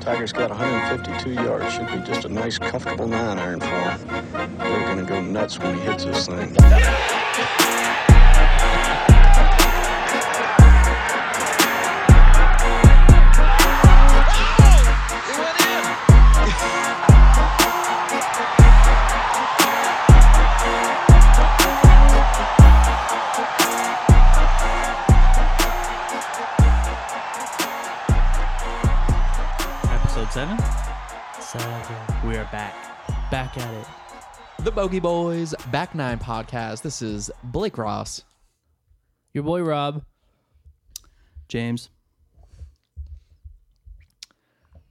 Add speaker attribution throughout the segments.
Speaker 1: Tiger's got 152 yards. Should be just a nice, comfortable nine iron for him. They're going to go nuts when he hits this thing.
Speaker 2: Episode seven.
Speaker 3: Seven.
Speaker 2: We are back.
Speaker 3: Back at it.
Speaker 4: The Bogey Boys Back Nine Podcast. This is Blake Ross.
Speaker 3: Your boy Rob.
Speaker 2: James,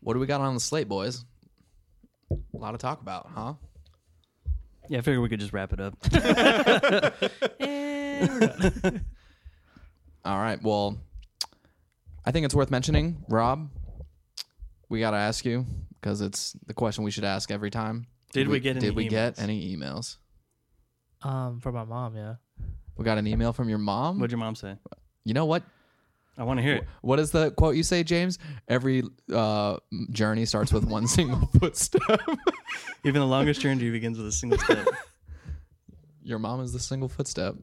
Speaker 4: What do we got on the slate, boys? A lot to talk about, huh?
Speaker 2: yeah, I figured we could just wrap it up.
Speaker 4: All right. Well, I think it's worth mentioning, Rob. We got to ask you because it's the question we should ask every time.
Speaker 2: Did we get any
Speaker 4: Did we get
Speaker 2: emails?
Speaker 4: any emails?
Speaker 3: Um, for my mom, yeah.
Speaker 4: We got an email from your mom.
Speaker 2: What'd your mom say?
Speaker 4: you know what?
Speaker 2: I want to hear it.
Speaker 4: What is the quote you say, James? Every uh, journey starts with one single footstep.
Speaker 2: Even the longest journey begins with a single step.
Speaker 4: Your mom is the single footstep.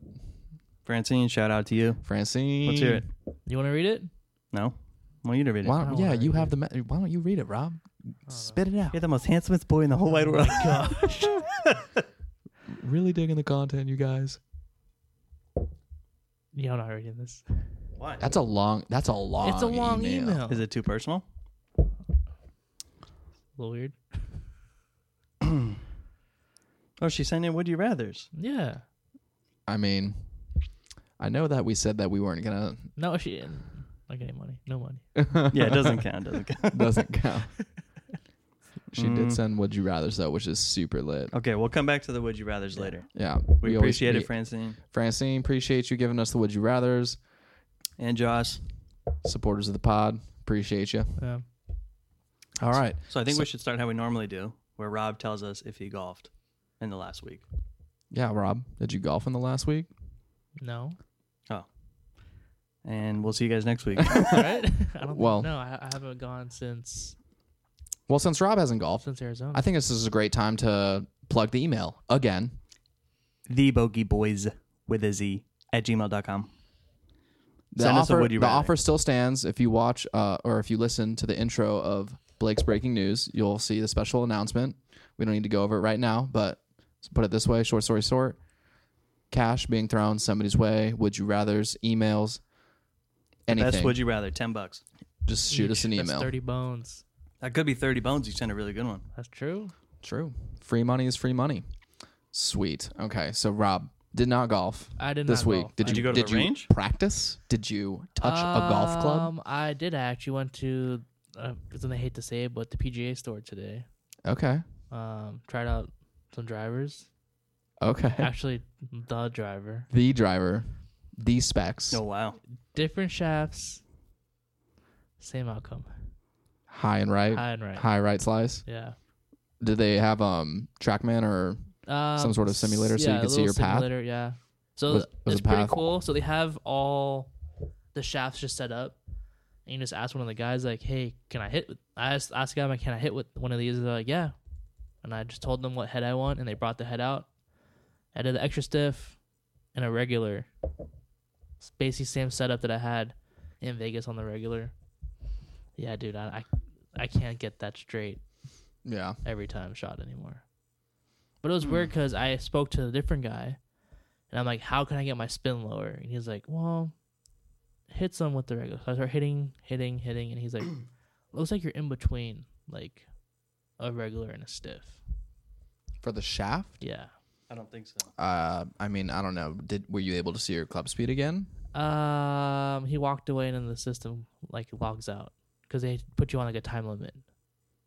Speaker 2: Francine, shout out to you.
Speaker 4: Francine.
Speaker 2: Let's hear it.
Speaker 3: You want to read it?
Speaker 2: No? Want you to read it.
Speaker 4: Why
Speaker 3: I
Speaker 4: don't,
Speaker 3: don't
Speaker 4: yeah,
Speaker 3: wanna
Speaker 4: you
Speaker 3: read
Speaker 4: have the. Me- why don't you read it, Rob? Spit it out.
Speaker 2: You're the most handsomest boy in the whole wide world.
Speaker 4: Really digging the content, you guys.
Speaker 3: Yeah, I'm not reading this.
Speaker 2: Why?
Speaker 4: That's a long. That's a long.
Speaker 3: it's a long email.
Speaker 2: Is it too personal?
Speaker 3: a little weird.
Speaker 2: Oh, she's sending would you rathers.
Speaker 3: Yeah.
Speaker 4: I mean, I know that we said that we weren't gonna.
Speaker 3: No, she didn't. Not getting money. No money.
Speaker 2: Yeah, it doesn't count. Doesn't count.
Speaker 4: Doesn't count. she
Speaker 2: Mm.
Speaker 4: did send "Would You Rather" though, which is super lit.
Speaker 2: Okay, we'll come back to the would you rathers later.
Speaker 4: Yeah,
Speaker 2: We,
Speaker 4: always-
Speaker 2: appreciate
Speaker 4: we-
Speaker 2: it, Francine
Speaker 4: Francine. Appreciate you giving us the "Would You Rather's."
Speaker 2: and Josh.
Speaker 4: Supporters of the pod, appreciate you.
Speaker 3: Yeah.
Speaker 4: All right,
Speaker 2: So I think
Speaker 4: So-
Speaker 2: we should start how we normally do, where Rob tells us if he golfed in the last week.
Speaker 4: yeah, Rob, did you golf in the last week?
Speaker 3: No.
Speaker 2: And we'll see you guys next week.
Speaker 3: All right. I don't
Speaker 4: Well-
Speaker 3: think, no, I, I haven't gone since
Speaker 4: Well, since Rob hasn't golfed,
Speaker 3: since Arizona.
Speaker 4: I think this is a great time to plug the email again.
Speaker 2: the Bogey Boys with a Z at gmail.com.
Speaker 4: The
Speaker 2: Send us a
Speaker 4: offer,
Speaker 2: would you
Speaker 4: the
Speaker 2: rather.
Speaker 4: offer still stands. If you watch uh, or if you listen to the intro of Blake's breaking news, you'll see the special announcement. We don't need to go over it right now, but let's put it this way: short story short, cash being thrown somebody's way. Would you rather's emails, anything?
Speaker 2: Best would you rather? Ten bucks.
Speaker 4: Just shoot us an
Speaker 3: That's
Speaker 4: email.
Speaker 3: Thirty bones.
Speaker 2: That could be thirty bones. You sent a really good one.
Speaker 3: That's true.
Speaker 4: True. Free money is free money. Sweet. Okay, so Rob did not golf
Speaker 3: I did
Speaker 4: this
Speaker 3: not
Speaker 4: week.
Speaker 3: golf.
Speaker 4: Did,
Speaker 2: Did you go to the
Speaker 4: did
Speaker 2: range?
Speaker 4: You practice? Did you touch a golf club?
Speaker 3: Um, I did. I actually went to uh, something I hate to say, but the PGA store today.
Speaker 4: Okay.
Speaker 3: Um, tried out some drivers.
Speaker 4: Okay.
Speaker 3: Actually, the driver.
Speaker 4: The driver, the specs.
Speaker 2: Oh wow.
Speaker 3: Different shafts, same outcome.
Speaker 4: High and right.
Speaker 3: High and right.
Speaker 4: High right slice.
Speaker 3: Yeah.
Speaker 4: Did they have um TrackMan or
Speaker 3: Um,
Speaker 4: Some sort of simulator so you
Speaker 3: yeah,
Speaker 4: could
Speaker 3: a
Speaker 4: see your
Speaker 3: little
Speaker 4: path?
Speaker 3: Simulator, yeah. So
Speaker 4: Was- was
Speaker 3: it's
Speaker 4: it
Speaker 3: pretty
Speaker 4: path?
Speaker 3: cool. So they have all the shafts just set up, and you just ask one of the guys like, "Hey, can I hit?" with- I asked, asked the guy, like, "Can I hit with one of these?" And they're like, "Yeah," and I just told them what head I want, and they brought the head out. I did the extra stiff and a regular. It's basically same setup that I had in Vegas on the regular. Yeah, dude, I I, I can't get that straight
Speaker 4: yeah
Speaker 3: every time shot anymore. But it was weird 'cause weird because I spoke to a different guy, and I'm like, "How can I get my spin lower?" And he's like, "Well, hit some with the regular." So I start hitting, hitting, hitting, and he's like, "Looks like you're in between like a regular and a stiff."
Speaker 4: for the shaft?
Speaker 3: Yeah.
Speaker 2: I don't think so.
Speaker 4: Uh, I mean, I don't know. Did were you able to see your club speed again?
Speaker 3: Um, he walked away, and then the system like logs out because they put you on like a time limit.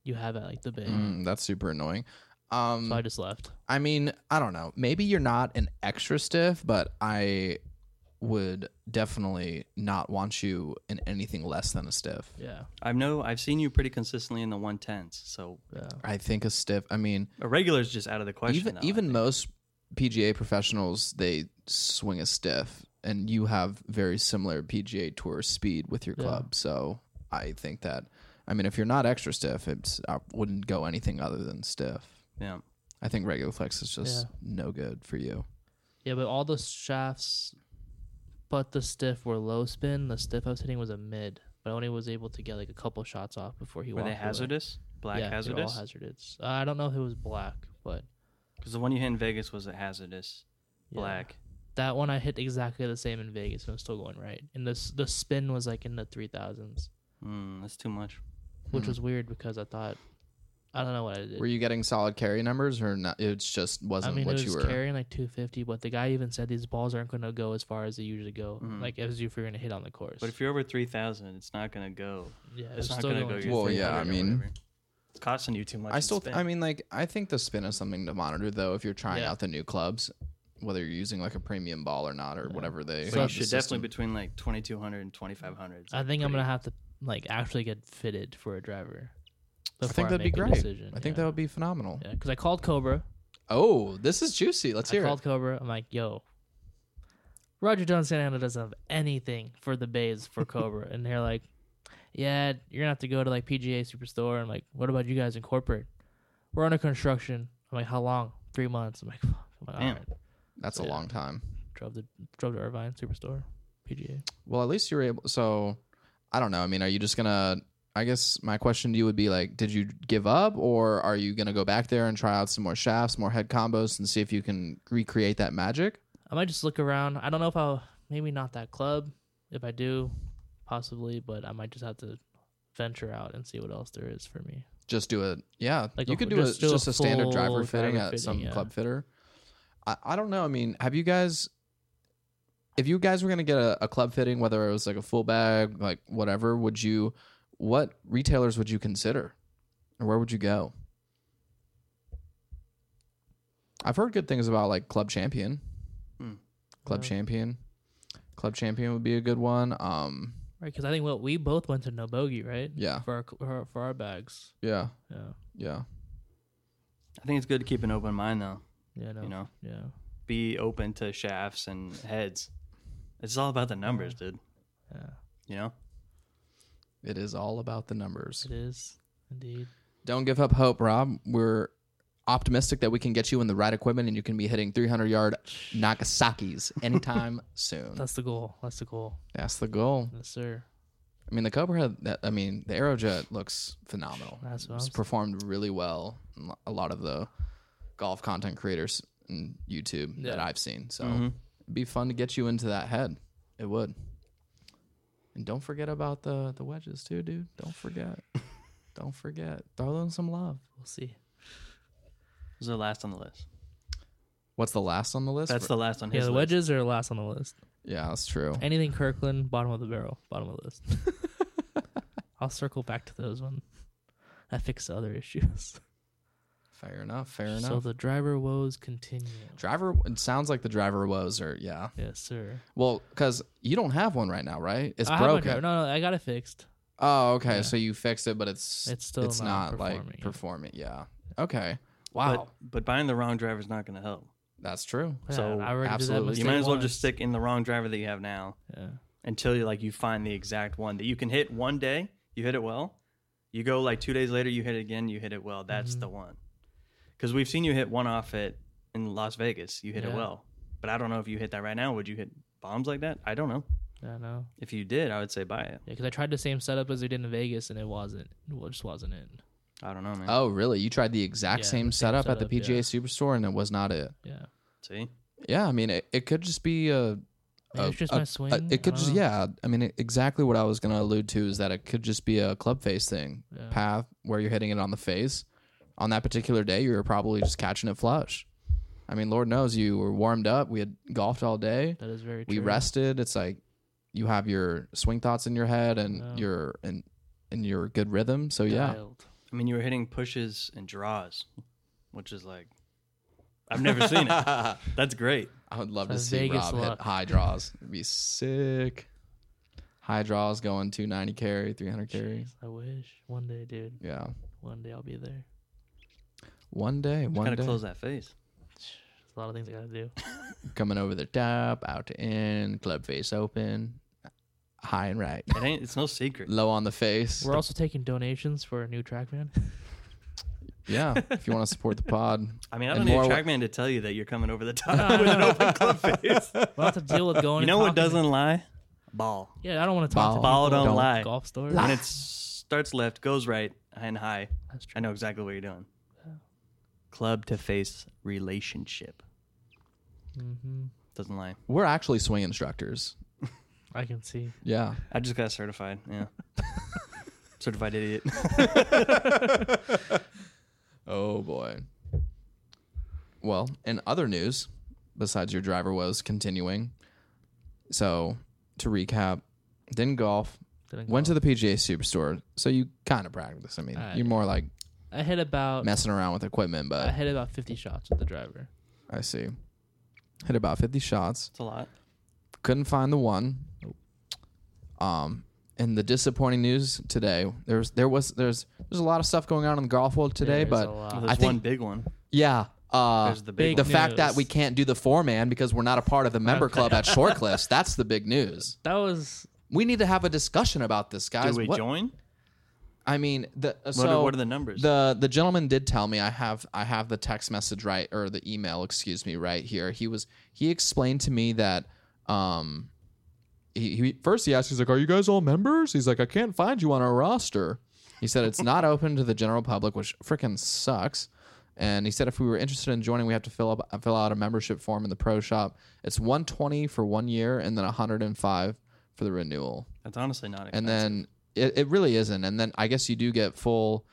Speaker 3: You have at like the big,
Speaker 4: Mm, that's super annoying. Um,
Speaker 3: so I just left.
Speaker 4: I mean, I don't know. Maybe you're not an extra stiff, but I would definitely not want you in anything less than a stiff.
Speaker 3: Yeah.
Speaker 2: I know. I've seen you pretty consistently in the one tens. So
Speaker 3: Yeah.
Speaker 4: I think a stiff. I mean,
Speaker 2: a regular's just out of the question.
Speaker 4: even
Speaker 2: though, I
Speaker 4: even
Speaker 2: think.
Speaker 4: most PGA professionals they swing a stiff, and you have very similar PGA Tour speed with your
Speaker 3: Yeah.
Speaker 4: club. So I think that I mean, if you're not extra stiff, it's I wouldn't go anything other than stiff.
Speaker 2: Yeah.
Speaker 4: I think regular flex is just
Speaker 3: Yeah.
Speaker 4: no good for you.
Speaker 3: Yeah, but all the shafts, but the stiff were low spin. The stiff I was hitting was a mid, but I only was able to get like a couple shots off before he
Speaker 2: Were
Speaker 3: walked.
Speaker 2: they
Speaker 3: away.
Speaker 2: hazardous? Black
Speaker 3: yeah, they were all
Speaker 2: hazardous?
Speaker 3: hazardous. Uh, I don't know if it was black, but
Speaker 2: Because the one you hit in Vegas was a hazardous
Speaker 3: yeah.
Speaker 2: black.
Speaker 3: That one I hit exactly the same in Vegas, and it was still going right. And this the spin was like in the three thousands,
Speaker 2: Mm, that's too much. Hmm.
Speaker 3: which was weird because I thought I don't know what I did.
Speaker 4: Were you getting solid carry numbers or not? It just
Speaker 3: I
Speaker 4: wasn't
Speaker 3: mean,
Speaker 4: what
Speaker 3: it
Speaker 4: you
Speaker 3: was
Speaker 4: were.
Speaker 3: carrying like 250, but the guy even said these balls aren't going to go as far as they usually go, like as if you're going to hit on the course.
Speaker 2: Mm-hmm. But if you're over 3,000, it's not going to go.
Speaker 3: yeah, it
Speaker 2: It's
Speaker 3: was
Speaker 2: not
Speaker 3: still
Speaker 2: going to go.
Speaker 3: going
Speaker 2: your
Speaker 4: Well, yeah,
Speaker 2: 300
Speaker 4: I
Speaker 2: or
Speaker 4: mean-
Speaker 2: whatever. it's costing you too much.
Speaker 4: I
Speaker 2: in
Speaker 4: still,
Speaker 2: spin.
Speaker 4: I mean, like I think the spin is something to monitor though. If you're trying
Speaker 3: Yeah.
Speaker 4: out the new clubs, whether you're using like a premium ball or not, or whatever they.
Speaker 2: so you
Speaker 4: the
Speaker 2: should
Speaker 4: system-
Speaker 2: definitely between like 2,200 and 2,500.
Speaker 3: I think I'm gonna have to like actually get fitted for a driver.
Speaker 4: I think that'd be great. I think that
Speaker 3: yeah.
Speaker 4: would be phenomenal.
Speaker 3: Yeah, because I called Cobra.
Speaker 4: Oh, this is juicy. Let's
Speaker 3: I
Speaker 4: hear
Speaker 3: called
Speaker 4: it.
Speaker 3: Cobra. I'm like, yo, Roger Jones Santana doesn't have anything for the bays for Cobra, and they're like, yeah, you're gonna have to go to like PGA Superstore. I'm like, what about you guys in corporate? We're under construction. I'm like, how long? Three months. I'm like, fuck. I'm like, all
Speaker 2: Damn.
Speaker 3: right.
Speaker 4: That's a
Speaker 3: Yeah.
Speaker 4: long time.
Speaker 3: Drove the drove to Irvine Superstore, PGA.
Speaker 4: Well, at least you were able. So, I don't know. I mean, are you just gonna? I guess my question to you would be like, did you give up, or are you gonna go back there and try out some more shafts, more head combos, and see if you can recreate that magic?
Speaker 3: I might just look around. I don't know if I'll maybe not that club. If I do, possibly, but I might just have to venture out and see what else there is for me.
Speaker 4: Just do it. Yeah,
Speaker 3: Like
Speaker 4: you
Speaker 3: a-
Speaker 4: could do
Speaker 3: just
Speaker 4: a
Speaker 3: do a
Speaker 4: just a, standard
Speaker 3: full
Speaker 4: driver
Speaker 3: driver
Speaker 4: fitting at
Speaker 3: fitting,
Speaker 4: some
Speaker 3: yeah.
Speaker 4: club fitter. I, I don't know. I mean, have you guys? If you guys were gonna get a, a club fitting, whether it was like a full bag, like whatever, would you? What retailers would you consider, or where would you go? I've heard good things about like Club Champion.
Speaker 2: Hmm.
Speaker 4: Club
Speaker 3: Yeah.
Speaker 4: Champion. Club Champion would be a good one. Um,
Speaker 3: Right? Because I think what we both went to no bogey, right?
Speaker 4: yeah,
Speaker 3: For our, for our for our bags.
Speaker 4: yeah,
Speaker 3: Yeah.
Speaker 4: yeah.
Speaker 2: I think it's good to keep an open mind though.
Speaker 3: Yeah. No,
Speaker 2: You know,
Speaker 3: Yeah.
Speaker 2: be open to shafts and heads. It's all about the numbers, dude.
Speaker 3: Yeah.
Speaker 2: You know,
Speaker 4: It is all about the numbers.
Speaker 3: It is indeed.
Speaker 4: Don't give up hope, Rob. We're optimistic that we can get you in the right equipment and you can be hitting 300 yard Nagasaki's anytime soon.
Speaker 3: That's the goal. That's the goal.
Speaker 4: That's the goal.
Speaker 3: Yes, sir.
Speaker 4: I mean, the Cobra had that. I mean, the Aerojet looks phenomenal.
Speaker 3: That's what I'm
Speaker 4: It's
Speaker 3: saying.
Speaker 4: performed really well. in A lot of the golf content creators and YouTube that
Speaker 3: Yeah. Mm-hmm.
Speaker 4: I've seen.
Speaker 3: Oh.
Speaker 4: So
Speaker 2: Mm-hmm.
Speaker 4: it'd be fun to get you into that head. It would. And don't forget about the the wedges too, dude. Don't forget. don't forget. Throw them some love.
Speaker 3: We'll see.
Speaker 2: this is the last on the list.
Speaker 4: What's the last on the list?
Speaker 2: That's the last on his
Speaker 3: Yeah, the
Speaker 2: list.
Speaker 3: wedges are last on the list.
Speaker 4: Yeah, that's true.
Speaker 3: Anything Kirkland, bottom of the barrel, bottom of the list. I'll circle back to those when I fix the other issues.
Speaker 4: Fair enough. Fair enough.
Speaker 3: So the driver woes continue.
Speaker 4: driver. It sounds like the driver was, or yeah.
Speaker 3: Yes, sir.
Speaker 4: Well, because you don't have one right now, right? It's
Speaker 3: I have my
Speaker 4: broken.
Speaker 3: driver. No, no, I got it fixed.
Speaker 4: Oh, okay.
Speaker 3: Yeah.
Speaker 4: So you fixed it, but it's
Speaker 3: It's still
Speaker 4: it's
Speaker 3: not
Speaker 4: not,
Speaker 3: performing,
Speaker 4: like
Speaker 3: yeah.
Speaker 4: performing. Yeah. Okay. Wow.
Speaker 2: But, but buying the wrong driver is not going to help.
Speaker 4: that's true.
Speaker 3: Yeah,
Speaker 2: So,
Speaker 3: I already did that
Speaker 4: absolutely. You
Speaker 2: You
Speaker 3: mistake
Speaker 2: might as well
Speaker 3: once.
Speaker 2: just stick in the wrong driver that you have now
Speaker 3: Yeah.
Speaker 2: until you like you find the exact one that you can hit one day. You hit it well. You go like two days later, you hit it again. You hit it well. That's
Speaker 3: Mm-hmm.
Speaker 2: the one. Because we've seen you hit one off it in Las Vegas. You hit it
Speaker 3: Yeah.
Speaker 2: well. But I don't know if you hit that right now. Would you hit bombs like that? I don't know.
Speaker 3: I know.
Speaker 2: If you did, I would say buy it.
Speaker 3: Yeah, because I tried the same setup as they did in Vegas, and it wasn't. It just wasn't it.
Speaker 2: I don't know, man.
Speaker 4: Oh, really? You tried the exact
Speaker 3: Yeah,
Speaker 4: same,
Speaker 3: the same
Speaker 4: setup, at the
Speaker 3: setup,
Speaker 4: PGA
Speaker 3: yeah.
Speaker 4: Superstore, and it was not it.
Speaker 3: Yeah.
Speaker 2: See,
Speaker 4: Yeah. I mean, it, it could just be a.
Speaker 3: Maybe
Speaker 4: a-
Speaker 3: it's just
Speaker 4: a-
Speaker 3: my swing.
Speaker 4: a-
Speaker 3: I
Speaker 4: Oh, uh, it
Speaker 3: don't
Speaker 4: could just
Speaker 3: know.
Speaker 4: yeah. I mean, it- exactly what I was gonna allude to is that it could just be a club face thing
Speaker 3: Yeah.
Speaker 4: path where you're hitting it on the face. On that particular day, you were probably just catching it flush. I mean, Lord knows you were warmed up. We had golfed all day.
Speaker 3: That is very true.
Speaker 4: we rested. It's like you have your swing thoughts in your head and
Speaker 3: Yeah.
Speaker 4: your and and your good rhythm. So oh, yeah,
Speaker 3: Dialed.
Speaker 2: I mean, you were hitting pushes and draws, which is like I've never seen it. That's great.
Speaker 4: I would love
Speaker 3: So
Speaker 4: to see
Speaker 3: Vegas
Speaker 4: Rob hit
Speaker 3: luck.
Speaker 4: high draws. It'd be sick. High draws going 290 carry, 300 carry.
Speaker 3: Jeez, I wish one day, dude.
Speaker 4: Yeah.
Speaker 3: One day I'll be there.
Speaker 4: One day, one
Speaker 2: Gotta
Speaker 4: day.
Speaker 2: close that face.
Speaker 3: There's a lot of things I gotta do.
Speaker 4: Coming over the top, out to in, club face open. high and right,
Speaker 2: It ain't. It's no secret.
Speaker 4: low on the face.
Speaker 3: We're also taking donations for a new TrackMan.
Speaker 4: yeah, if you want to support the pod,
Speaker 2: I mean, I
Speaker 4: And
Speaker 2: don't need a
Speaker 4: more-
Speaker 2: trackman to tell you that you're coming over the top with an open club face.
Speaker 3: We'll have to deal with going.
Speaker 2: You
Speaker 3: and
Speaker 2: know what
Speaker 3: talking-
Speaker 2: doesn't lie? Ball.
Speaker 3: Yeah, I don't Ah. want to talk to
Speaker 2: Ball
Speaker 3: people
Speaker 2: don't
Speaker 3: about
Speaker 2: lie.
Speaker 3: Golf store.
Speaker 2: When it starts left, goes right, and high.
Speaker 3: That's true.
Speaker 2: I know exactly what you're doing. Club to face relationship.
Speaker 3: hmm
Speaker 2: Doesn't lie.
Speaker 4: we're actually swing instructors.
Speaker 3: I can see.
Speaker 4: Yeah,
Speaker 2: I just got certified. Yeah. certified idiot.
Speaker 4: Oh boy. Well, in other news, besides your driver was continuing. So to recap, didn't golf,
Speaker 3: Didn't
Speaker 4: went
Speaker 3: go.
Speaker 4: to the PGA Superstore. So you kind of practice. I mean,
Speaker 3: Uh,
Speaker 4: you're more like
Speaker 3: I hit about
Speaker 4: messing around with equipment,
Speaker 3: I
Speaker 4: but
Speaker 3: hit about fifty shots with the driver.
Speaker 4: I see. Hit about 50 shots.
Speaker 2: It's a lot.
Speaker 4: Couldn't find the one. Um, and the disappointing news today, there's there was there's there's a lot of stuff going on in the golf world today,
Speaker 3: There's
Speaker 4: but
Speaker 3: a lot.
Speaker 2: Well,
Speaker 4: Uh, I
Speaker 2: there's
Speaker 4: think-
Speaker 2: one big one.
Speaker 4: Yeah. Uh,
Speaker 2: There's the big
Speaker 4: the
Speaker 3: one.
Speaker 4: fact that
Speaker 3: news.
Speaker 4: we can't do the four man because we're not a part of the member club at Shortcliffs. That's the big news.
Speaker 3: that was
Speaker 4: We need to have a discussion about this, guys.
Speaker 2: Do we
Speaker 4: What-
Speaker 2: join?
Speaker 4: I mean, the, uh,
Speaker 2: What,
Speaker 4: so
Speaker 2: are, what are the numbers?
Speaker 4: the the gentleman did tell me I have I have the text message right or the email, excuse me, right here. He was he explained to me that um he, he first he asked he's like, "Are you guys all members?" He's like, "I can't find you on our roster." He said it's not open to the general public, which freaking sucks. And he said if we were interested in joining, we have to fill up fill out a membership form in the pro shop. It's 120 for 1 year and then 105 for the renewal
Speaker 2: That's honestly not expensive.
Speaker 4: and then it, it really isn't. And then I guess you do get full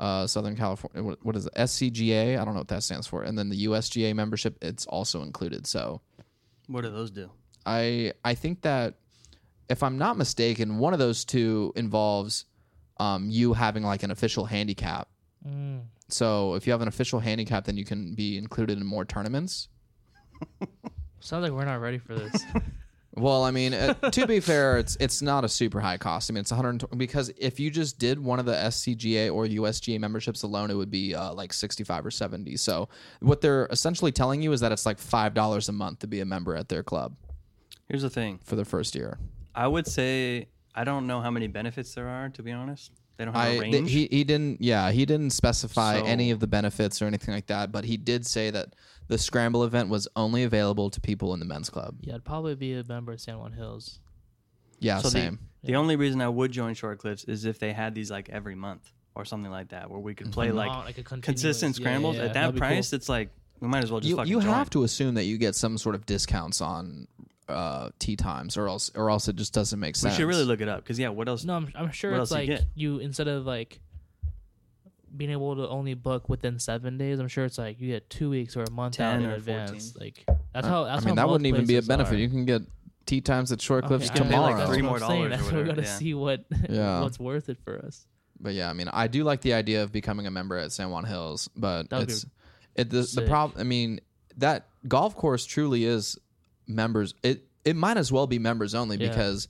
Speaker 4: uh, Southern California. What, what is it? SCGA? I don't know what that stands for. And then the USGA membership, it's also included. So
Speaker 2: what do those do?
Speaker 4: I I think that if I'm not mistaken, one of those two involves um, you having like an official handicap.
Speaker 3: mm,
Speaker 4: So if you have an official handicap, then you can be included in more tournaments.
Speaker 3: sounds like we're not ready for this.
Speaker 4: Well, I mean, uh, to be fair, it's it's not a super high cost. I mean, it's 120 because if you just did one of the SCGA or USGA memberships alone, it would be uh, like 65 or 70. So what they're essentially telling you is that it's like five dollars a month to be a member at their club
Speaker 2: Here's the thing.
Speaker 4: for the first year.
Speaker 2: I would say I don't know how many benefits there are. To be honest, they don't have a
Speaker 4: I
Speaker 2: range.
Speaker 4: th- he he didn't yeah he didn't specify
Speaker 2: So-
Speaker 4: any of the benefits or anything like that, but he did say that the scramble event was only available to people in the men's club.
Speaker 3: yeah, I'd probably be a member of San Juan Hills.
Speaker 4: Yeah,
Speaker 2: So the-
Speaker 4: same.
Speaker 2: The, only reason I would join Short Cliffs is if they had these like every month or something like that, where we could
Speaker 4: Mm-hmm.
Speaker 2: play like
Speaker 3: Not like a continuous-
Speaker 2: consistent
Speaker 3: yeah,
Speaker 2: scrambles.
Speaker 3: yeah,
Speaker 2: At
Speaker 3: that'd
Speaker 2: that
Speaker 3: be cool.
Speaker 2: price, it's like we might as well just
Speaker 4: you,
Speaker 2: fucking
Speaker 4: you
Speaker 2: join.
Speaker 4: have to assume that you get some sort of discounts on uh tea times or else or else it just doesn't make
Speaker 2: We
Speaker 4: sense
Speaker 2: should really look it up because yeah, what else?
Speaker 3: No, I'm, I'm sure
Speaker 2: What
Speaker 3: it's
Speaker 2: else you
Speaker 3: like
Speaker 2: get?
Speaker 3: you instead of like being able to only book within seven days. I'm sure it's like you get two weeks or a month out
Speaker 2: 10
Speaker 3: in
Speaker 2: or
Speaker 3: advance. Like that's how. Oh, That's
Speaker 4: Uh, i mean
Speaker 3: how
Speaker 4: that wouldn't
Speaker 3: most
Speaker 4: even be a
Speaker 3: places
Speaker 4: benefit
Speaker 3: are.
Speaker 4: you can get tea times at short cliffs
Speaker 3: Okay, I-
Speaker 2: pay, like,
Speaker 4: tomorrow
Speaker 2: three
Speaker 3: that's what
Speaker 2: more
Speaker 3: I'm
Speaker 2: dollars
Speaker 3: saying.
Speaker 2: or
Speaker 3: That's what
Speaker 2: whatever,
Speaker 3: We're gonna
Speaker 2: yeah.
Speaker 3: see what
Speaker 4: Yeah.
Speaker 3: what's worth it for us.
Speaker 4: but yeah i mean i do like the idea of becoming a member at san juan hills but
Speaker 3: That would be
Speaker 4: it's it the, the
Speaker 3: sick.
Speaker 4: problem i mean that golf course truly is members it it might as well be members only
Speaker 3: Yeah.
Speaker 4: because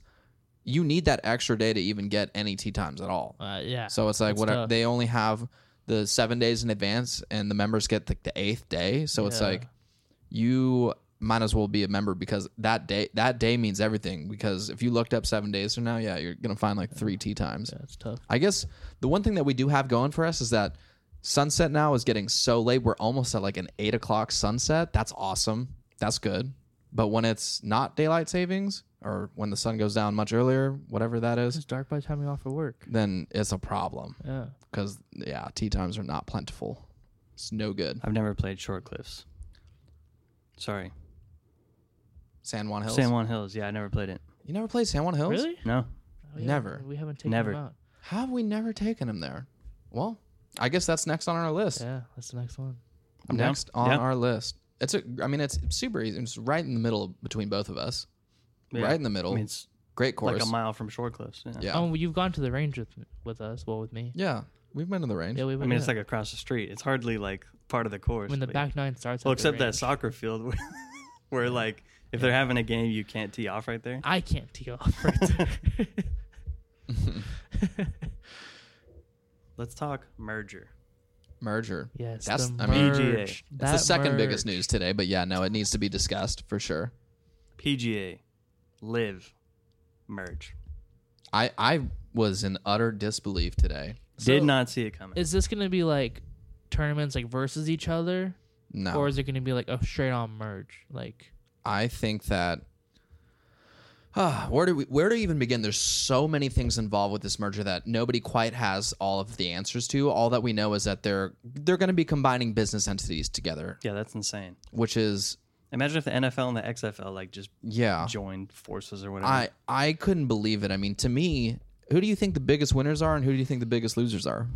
Speaker 4: you need that extra day to even get any tea times at all
Speaker 3: Uh, yeah.
Speaker 4: So it's like
Speaker 3: That's
Speaker 4: what are,
Speaker 3: tough.
Speaker 4: they only have the seven days in advance, and the members get like the eighth day. So it's
Speaker 3: Yeah.
Speaker 4: like you might as well be a member because that day that day means everything. Because if you looked up seven days from now, yeah, you're gonna find like three tea times.
Speaker 3: yeah, it's tough.
Speaker 4: I guess the one thing that we do have going for us is that sunset now is getting so late. We're almost at like an eight o'clock sunset. That's awesome. That's good. But when it's not daylight savings or when the sun goes down much earlier, whatever that is,
Speaker 3: It's dark by the time you're off for work.
Speaker 4: then it's a problem
Speaker 3: Yeah.
Speaker 4: because yeah, tea times are not plentiful. It's no good.
Speaker 2: I've never played Short Cliffs. Sorry,
Speaker 4: San Juan Hills.
Speaker 2: San Juan Hills. Yeah, I never played it.
Speaker 4: You never played San Juan Hills?
Speaker 3: Really?
Speaker 2: No,
Speaker 3: Oh, yeah,
Speaker 4: Never.
Speaker 3: We haven't taken
Speaker 2: Never.
Speaker 3: them out.
Speaker 4: How have we never taken him there? Well, I guess that's next on our list.
Speaker 3: Yeah, that's the next one.
Speaker 2: I'm down.
Speaker 4: Next on
Speaker 2: Yeah.
Speaker 4: our list. It's a. I mean, it's super easy. It's right in the middle between both of us.
Speaker 2: Yeah.
Speaker 4: Right in the middle.
Speaker 2: I mean, it's
Speaker 4: Great course.
Speaker 2: like a mile from Short Cliffs. Yeah,
Speaker 4: yeah.
Speaker 3: Oh, you've gone to the range with with us. Well, with me.
Speaker 4: yeah. We've been to the range.
Speaker 3: Yeah, we
Speaker 2: I
Speaker 3: went.
Speaker 2: mean it's
Speaker 3: yeah.
Speaker 2: like across the street. It's hardly like part of the course.
Speaker 3: when the
Speaker 2: but-
Speaker 3: back nine starts.
Speaker 2: well,
Speaker 3: at the
Speaker 2: except that
Speaker 3: range.
Speaker 2: soccer field where, where like if they're having a game, you can't tee off right there.
Speaker 3: I can't tee off right there.
Speaker 2: Let's talk merger.
Speaker 4: Merger.
Speaker 3: yes,
Speaker 4: That's-
Speaker 3: the
Speaker 4: I mean-
Speaker 2: PGA.
Speaker 3: merge.
Speaker 2: It's
Speaker 4: That's the
Speaker 3: That
Speaker 4: second biggest
Speaker 3: merge.
Speaker 4: news today, but yeah, no, it needs to be discussed for sure.
Speaker 2: PGA, Live, merge.
Speaker 4: I I was in utter disbelief today.
Speaker 2: Did
Speaker 3: So-
Speaker 2: not see it coming.
Speaker 3: Is this gonna be like tournaments like versus each other,
Speaker 4: No,
Speaker 3: or is it gonna be like a straight on merge? Like
Speaker 4: I think that ah, where do we where do we even begin? There's so many things involved with this merger that nobody quite has all of the answers to. All that we know is that they're they're going to be combining business entities together,
Speaker 2: yeah, that's insane.
Speaker 4: which is
Speaker 2: Imagine if the NFL and the XFL like just
Speaker 4: yeah.
Speaker 2: joined forces or whatever.
Speaker 4: Ah. I I couldn't believe it. I mean, to me, who do you think the biggest winners are, and who do you think the biggest losers are?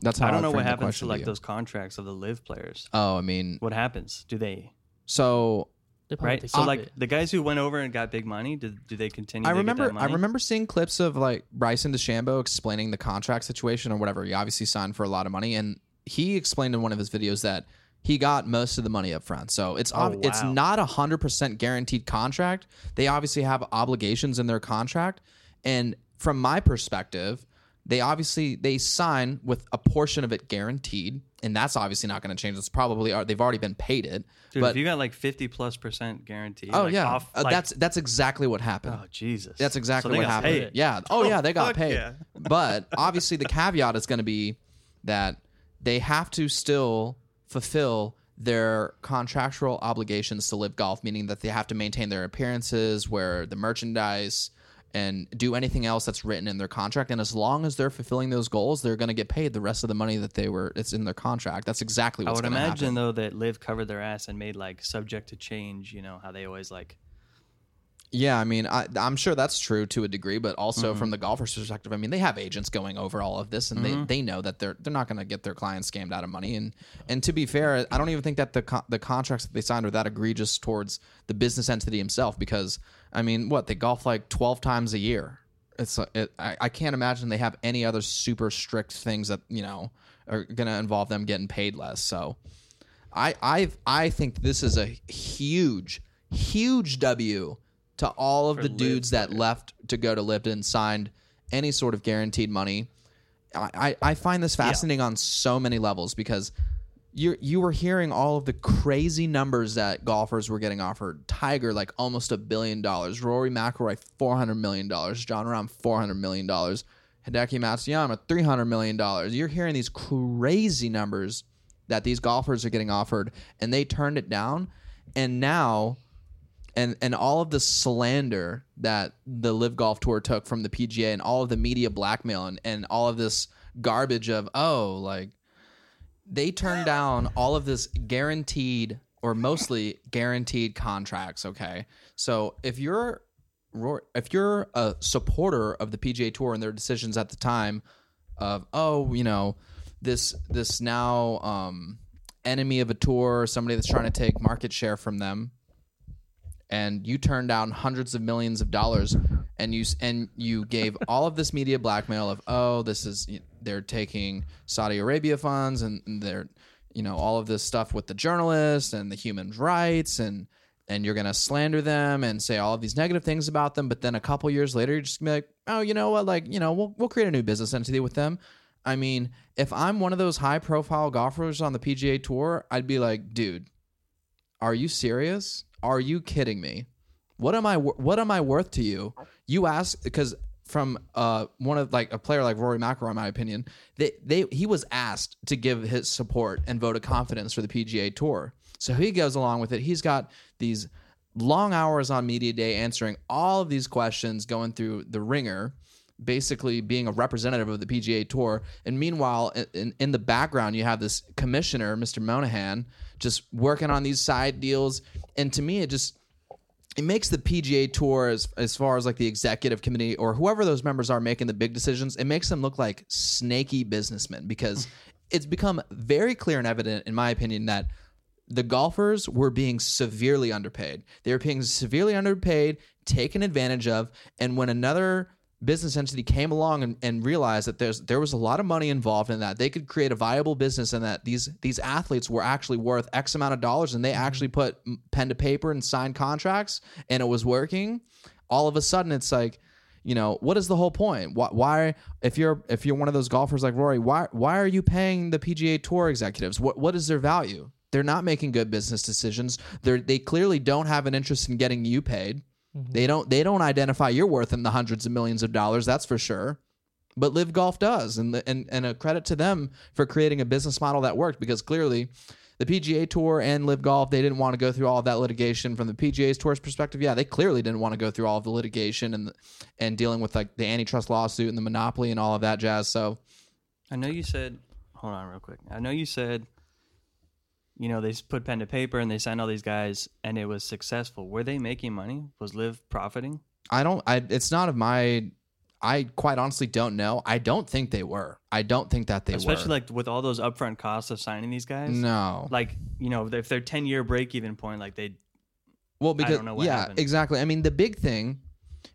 Speaker 4: That's how
Speaker 2: I don't know
Speaker 4: framed
Speaker 2: what
Speaker 4: the
Speaker 2: happens to
Speaker 4: question
Speaker 2: like
Speaker 4: you.
Speaker 2: those contracts of the live players.
Speaker 4: Oh, I mean,
Speaker 2: What happens? Do they
Speaker 4: so
Speaker 3: they probably have to
Speaker 2: right? So
Speaker 3: keep
Speaker 2: like
Speaker 3: it.
Speaker 2: the guys who went over and got big money, did, do they continue?
Speaker 4: I
Speaker 2: to get that
Speaker 4: remember I
Speaker 2: money?
Speaker 4: remember seeing clips of like Bryson DeChambeau explaining the contract situation or whatever. He obviously signed for a lot of money, and he explained in one of his videos that he got most of the money up front. So it's ob- it's
Speaker 2: Oh, wow.
Speaker 4: not a hundred percent guaranteed contract. They obviously have obligations in their contract, and from my perspective, they obviously they sign with a portion of it guaranteed, and that's obviously not going to change. It's probably uh, they've already been paid it,
Speaker 2: Dude,
Speaker 4: but
Speaker 2: if you got like fifty plus percent guarantee.
Speaker 4: oh
Speaker 2: like,
Speaker 4: yeah,
Speaker 2: off,
Speaker 4: Uh,
Speaker 2: like-
Speaker 4: that's that's exactly what happened.
Speaker 2: oh Jesus.
Speaker 4: That's exactly
Speaker 2: So they
Speaker 4: what
Speaker 2: got
Speaker 4: happened.
Speaker 2: paid.
Speaker 4: Yeah. Oh, yeah, they got
Speaker 2: fuck
Speaker 4: paid.
Speaker 2: yeah.
Speaker 4: but obviously, the caveat is going to be that they have to still fulfill their contractual obligations to live golf, meaning that they have to maintain their appearances, wear the merchandise, and do anything else that's written in their contract. And as long as they're fulfilling those goals, they're going to get paid the rest of the money that they were. It's in their contract. That's exactly
Speaker 2: I
Speaker 4: what's
Speaker 2: would
Speaker 4: going to
Speaker 2: imagine
Speaker 4: happen.
Speaker 2: though that Live covered their ass and made like subject to change. You know how they always like.
Speaker 4: Yeah, I mean, I, I'm sure that's true to a degree, but also from the golfer's perspective, I mean, they have agents going over all of this, and they, they know that they're they're not going to get their clients scammed out of money. And and to be fair, I don't even think that the con- the contracts that they signed are that egregious towards the business entity himself, because I mean, what they golf like 12 times a year. It's uh, it, I, I can't imagine they have any other super strict things that you know are going to involve them getting paid less. So I I I think this is a huge huge W to all of the dudes that left to go to Lipton and signed any sort of guaranteed money. I, I I find this fascinating on so many levels because you you were hearing all of the crazy numbers that golfers were getting offered. Tiger like almost a billion dollars. Rory McIlroy four hundred million dollars. John Rahm four hundred million dollars. Hideki Matsuyama three hundred million dollars. You're hearing these crazy numbers that these golfers are getting offered, and they turned it down. And now and and all of the slander that the Live Golf Tour took from the PGA and all of the media blackmail and, and all of this garbage of oh like they turned down all of this guaranteed or mostly guaranteed contracts okay so if you're Rory- if you're a supporter of the PGA Tour and their decisions at the time of oh you know this this now um enemy of a tour somebody that's trying to take market share from them and you turned down hundreds of millions of dollars and you s- and you gave all of this media blackmail of oh this is you- they're taking Saudi Arabia funds and and they're you know all of this stuff with the journalists and the human rights and and you're going to slander them and say all of these negative things about them but then a couple years later you're just gonna be like oh you know what like you know we'll we'll create a new business entity with them I mean if I'm one of those high profile golfers on the PGA tour I'd be like dude are you serious? Are you kidding me? What am I? wor- What am I worth to you? You ask because from uh one of like a player like Rory McIlroy, in my opinion, they they he was asked to give his support and vote of confidence for the PGA Tour. So he goes along with it. He's got these long hours on media day answering all of these questions, going through the ringer basically being a representative of the PGA Tour. And meanwhile, in- in, in the background, you have this commissioner, Mr. Monahan, just working on these side deals. And to me, it just it makes the PGA Tour as as far as like the executive committee or whoever those members are making the big decisions, it makes them look like snaky businessmen because it's become very clear and evident, in my opinion, that the golfers were being severely underpaid. They were being severely underpaid, taken advantage of, and when another business entity came along and, and realized that there's there was a lot of money involved in that they could create a viable business and that these these athletes were actually worth x amount of dollars and they actually put m- pen to paper and signed contracts and it was working all of a sudden it's like you know what is the whole point why, why if you're if you're one of those golfers like rory why why are you paying the pga tour executives what what is their value they're not making good business decisions they are they clearly don't have an interest in getting you paid They don't they don't identify your worth in the hundreds of millions of dollars, that's for sure. But Live Golf does, and the, and and a credit to them for creating a business model that worked because clearly the PGA Tour and Live Golf they didn't want to go through all of that litigation from the PGA's tour's perspective. Yeah, they clearly didn't want to go through all of the litigation and and dealing with like the antitrust lawsuit and the monopoly and all of that jazz. So
Speaker 2: I know you said, hold on real quick. I know you said, you know, they s- put pen to paper and they signed all these guys and it was successful. Were they making money? Was Live profiting?
Speaker 4: I don't. I it's not of my. I quite honestly don't know. I don't think they were. I don't think that they
Speaker 2: Especially
Speaker 4: were.
Speaker 2: like with all those upfront costs of signing these guys.
Speaker 4: no.
Speaker 2: Like, you know, if their 10 year break even point, like they,
Speaker 4: Well, because
Speaker 2: don't know what
Speaker 4: yeah,
Speaker 2: happened.
Speaker 4: exactly. I mean, the big thing,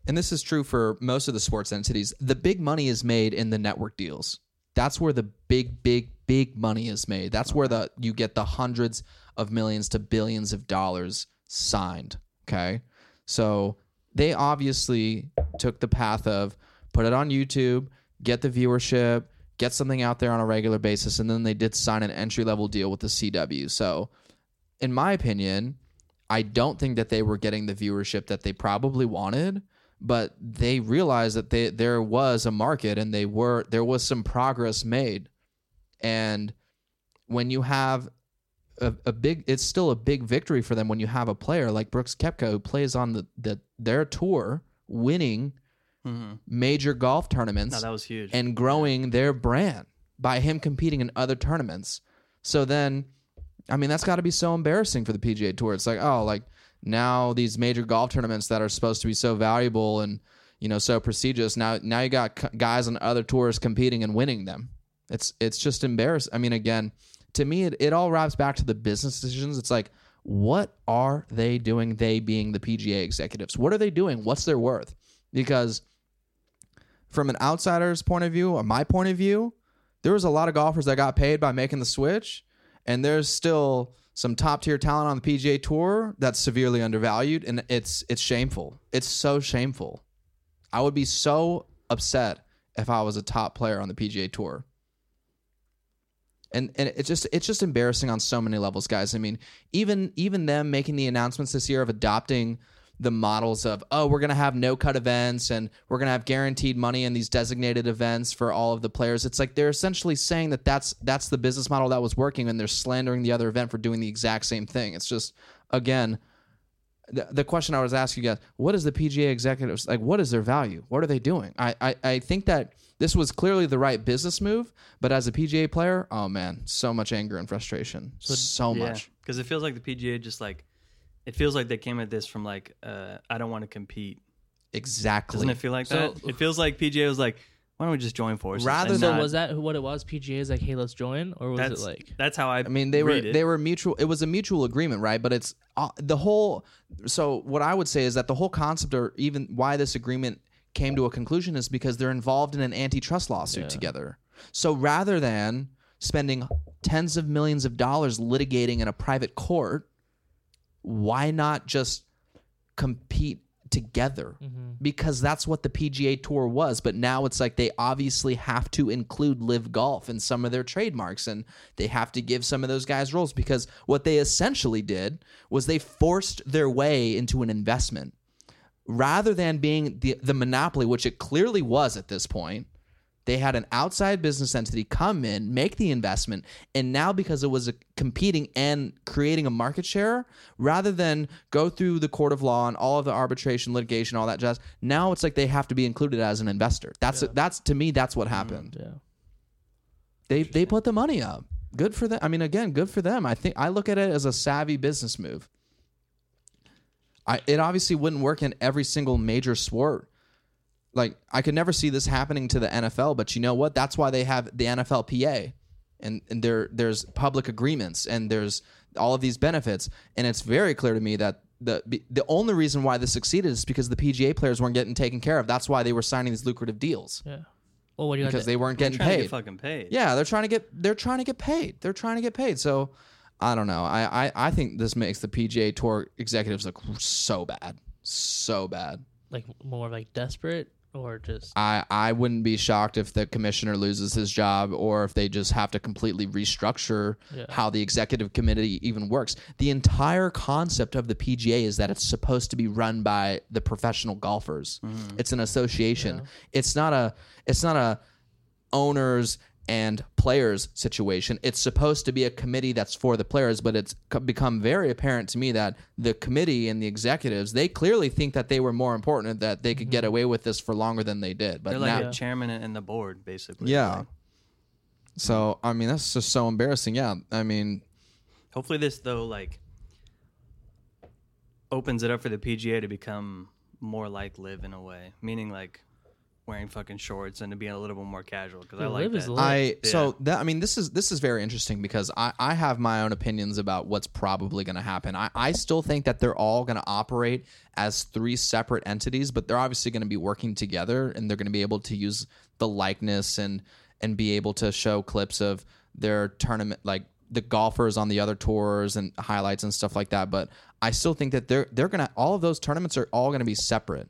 Speaker 4: and this is true for most of the sports entities, the big money is made in the network deals. That's where the big, big, big money is made. That's where the you get the hundreds of millions to billions of dollars signed. Okay, so they obviously took the path of put it on YouTube, get the viewership, get something out there on a regular basis, and then they did sign an entry level deal with the CW. So in my opinion, I don't think that they were getting the viewership that they probably wanted, but they realized that they there was a market and they were there was some progress made. And when you have a, a big it's still a big victory for them when you have a player like Brooks Kepka who plays on the, the their tour winning Mm-hmm.
Speaker 2: Mhm.
Speaker 4: major golf tournaments
Speaker 2: no, that was huge.
Speaker 4: and growing their brand by him competing in other tournaments. So then, I mean, that's got to be so embarrassing for the PGA Tour. It's like, oh, like now these major golf tournaments that are supposed to be so valuable and you know so prestigious now now you got c- guys on other tours competing and winning them. It's it's just embarrassing. I mean, again, to me, it, it all wraps back to the business decisions. It's like, what are they doing? They being the PGA executives, what are they doing? What's their worth? Because from an outsider's point of view or my point of view, there was a lot of golfers that got paid by making the switch, and there's still some top tier talent on the PGA Tour that's severely undervalued, and it's it's shameful. It's so shameful. I would be so upset if I was a top player on the PGA Tour. And and it's just it's just embarrassing on so many levels, guys. I mean, even even them making the announcements this year of adopting the models of oh we're going to have no cut events and we're going to have guaranteed money in these designated events for all of the players it's like they're essentially saying that that's that's the business model that was working and they're slandering the other event for doing the exact same thing it's just again the, the question I was asking you guys, what is the PGA executives like? What is their value? What are they doing? I, I, I think that this was clearly the right business move, but as a PGA player, oh man, so much anger and frustration, so, much.
Speaker 2: Because it feels like the PGA just like, it feels like they came at this from like, uh, I don't want to compete.
Speaker 4: Exactly.
Speaker 2: Doesn't it feel like
Speaker 3: So-
Speaker 2: that? It feels like PGA was like, why don't we just join forces? and
Speaker 4: Rather than-
Speaker 3: So
Speaker 2: not-
Speaker 3: was that who- what it was? PGA's like, hey, let's join, or was
Speaker 2: that's,
Speaker 3: it like?
Speaker 2: that's how I.
Speaker 4: I mean, they were
Speaker 2: read it.
Speaker 4: they were mutual. It was a mutual agreement, right? But it's uh, the whole. So what I would say is that the whole concept, or even why this agreement came to a conclusion, is because they're involved in an antitrust lawsuit together. So rather than spending tens of millions of dollars litigating in a private court, why not just compete together? Because that's what the PGA Tour was. But now it's like they obviously have to include Live Golf in some of their trademarks and they have to give some of those guys roles because what they essentially did was they forced their way into an investment rather than being the, the monopoly, which it clearly was at this point, they had an outside business entity come in, make the investment, and now because it was a competing and creating a market share, rather than go through the court of law and all of the arbitration, litigation, all that jazz, now it's like they have to be included as an investor. That's that's to me, that's what happened.
Speaker 3: Yeah.
Speaker 4: They they put the money up. Good for them. I mean, again, good for them. I think I look at it as a savvy business move. I it obviously wouldn't work in every single major sport. Like I could never see this happening to the NFL, but you know what? That's why they have the NFLPA, and, and there there's public agreements and there's all of these benefits, and it's very clear to me that. The, be- the only reason why this succeeded is because the PGA players weren't getting taken care of. That's why they were signing these lucrative deals
Speaker 3: Yeah. Well, what do you
Speaker 4: because
Speaker 3: because
Speaker 4: they weren't
Speaker 2: They're
Speaker 4: getting
Speaker 2: trying to
Speaker 4: paid.
Speaker 2: get fucking paid.
Speaker 4: Yeah, they're trying to get they're trying to get paid. They're trying to get paid. So I don't know. I I, I think this makes the PGA Tour executives look so bad, so bad.
Speaker 3: like more like desperate or just
Speaker 4: I, I wouldn't be shocked if the commissioner loses his job or if they just have to completely restructure
Speaker 3: Yeah.
Speaker 4: how the executive committee even works. The entire concept of the PGA is that it's supposed to be run by the professional golfers. It's an association. It's not a it's not a owners and players situation. It's supposed to be a committee that's for the players, but it's co- become very apparent to me that the committee and the executives, they clearly think that they were more important and that they could get away with this for longer than they did. But
Speaker 2: Mm-hmm. They're like
Speaker 4: now,
Speaker 2: the chairman and the board, basically.
Speaker 4: yeah. So, I mean, that's just so embarrassing. Yeah. I mean,
Speaker 2: Hopefully, this though like opens it up for the PGA to become more like live in a way, meaning like wearing fucking shorts and to be a little bit more casual. Because I
Speaker 3: Dude,
Speaker 2: like
Speaker 3: LIV is
Speaker 2: that.
Speaker 3: lit.
Speaker 4: I
Speaker 2: Yeah.
Speaker 4: so that I mean this is this is very interesting because I I have my own opinions about what's probably going to happen. I I still think that they're all going to operate as three separate entities, but they're obviously going to be working together and they're going to be able to use the likeness and and be able to show clips of their tournament like the golfers on the other tours and highlights and stuff like that, but I still think that they're they're going to all of those tournaments are all going to be separate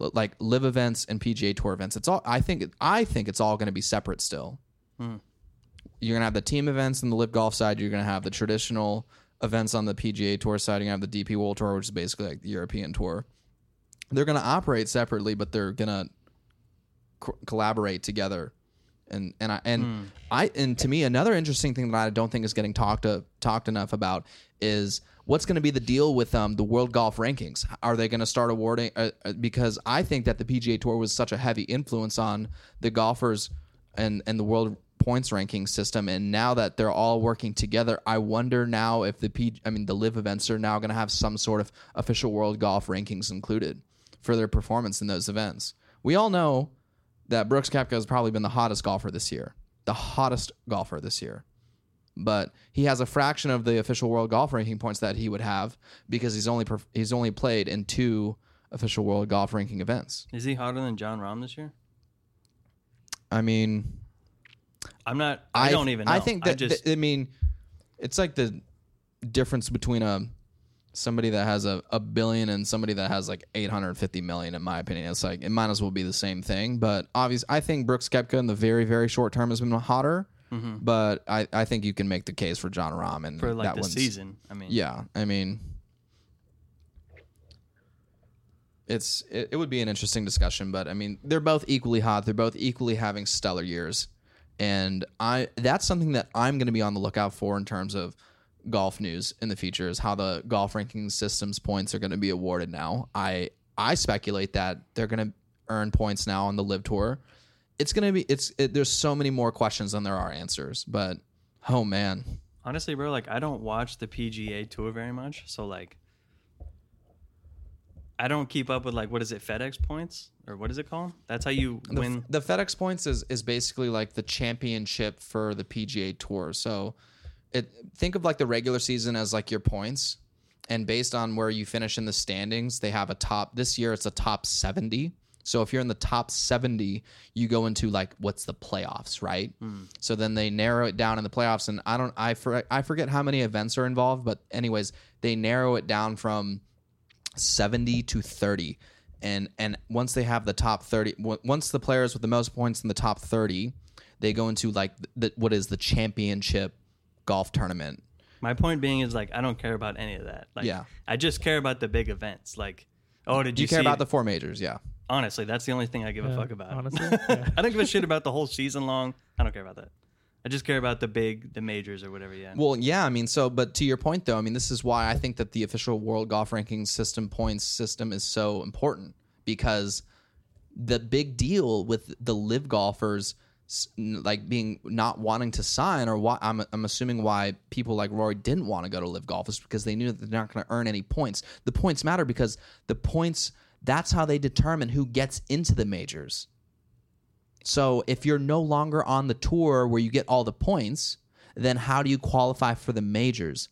Speaker 4: l- like live events and PGA Tour events. It's all I think. I think it's all going to be separate still. You're gonna have the team events on the live golf side. You're gonna have the traditional events on the PGA Tour side. You're gonna have the DP World Tour, which is basically like the European Tour. They're gonna operate separately, but they're gonna co- collaborate together. And and I and I and to me another interesting thing that I don't think is getting talked uh, talked enough about is what's going to be the deal with um the world golf rankings? Are they going to start awarding? Uh, uh, because I think that the PGA Tour was such a heavy influence on the golfers and and the world points ranking system and now that they're all working together i wonder now if the p i mean the live events are now going to have some sort of official world golf rankings included for their performance in those events we all know that brooks Koepka has probably been the hottest golfer this year the hottest golfer this year but he has a fraction of the official world golf ranking points that he would have because he's only perf- he's only played in two official world golf ranking events
Speaker 2: Is he hotter than John Rahm this year?
Speaker 4: i mean
Speaker 2: I'm not. I, don't even. know.
Speaker 4: I think
Speaker 2: I
Speaker 4: that
Speaker 2: just
Speaker 4: th- I mean, it's like the difference between a somebody that has a, a billion and somebody that has like 850 million in my opinion it's like it might as well be the same thing but obviously i think brooks kepka in the very very short term has been hotter but I, I think you can make the case for john rahm and
Speaker 2: Mm-hmm. for like
Speaker 4: that
Speaker 2: the
Speaker 4: one's-
Speaker 2: season. I mean,
Speaker 4: yeah i mean it's it, it would be an interesting discussion but i mean they're both equally hot they're both equally having stellar years and i that's something that i'm going to be on the lookout for in terms of golf news in the future is how the golf ranking systems points are going to be awarded now i i speculate that they're going to earn points now on the live tour it's going to be it's it, there's so many more questions than there are answers but oh man
Speaker 2: honestly, bro, like I don't watch the PGA Tour very much, so like I don't keep up with like what is it FedEx points or what is it called? That's how you
Speaker 4: the,
Speaker 2: win.
Speaker 4: the FedEx points is is basically like the championship for the PGA Tour. So, it think of like the regular season as like your points, and based on where you finish in the standings, they have a top. This year, it's a top seventy. So if you're in the top seventy, you go into like what's the playoffs, right? So then they narrow it down in the playoffs, and I don't, I for, I forget how many events are involved, but anyways, they narrow it down from 70 to 30 and and once they have the top 30 w- once the players with the most points in the top 30 they go into like the, what is the championship golf tournament
Speaker 2: My point being is like I don't care about any of that. Like
Speaker 4: Yeah.
Speaker 2: I just care about the big events. Like oh, did
Speaker 4: do
Speaker 2: you,
Speaker 4: you care
Speaker 2: see-
Speaker 4: about the four majors yeah
Speaker 2: Honestly, that's the only thing I give a
Speaker 3: Yeah,
Speaker 2: fuck about.
Speaker 3: honestly, yeah.
Speaker 2: I don't give a shit about the whole season long. I don't care about that. I just care about the big, the majors or whatever. Yeah.
Speaker 4: well yeah i mean so but to your point though i mean this is why i think that the official world golf ranking system points system is so important because the big deal with the live golfers s- n- like being not wanting to sign or why I'm, I'm assuming why people like rory didn't want to go to live golf is because they knew that they're not going to earn any points the points matter because the points that's how they determine who gets into the majors so if you're no longer on the tour where you get all the points then how do you qualify for the majors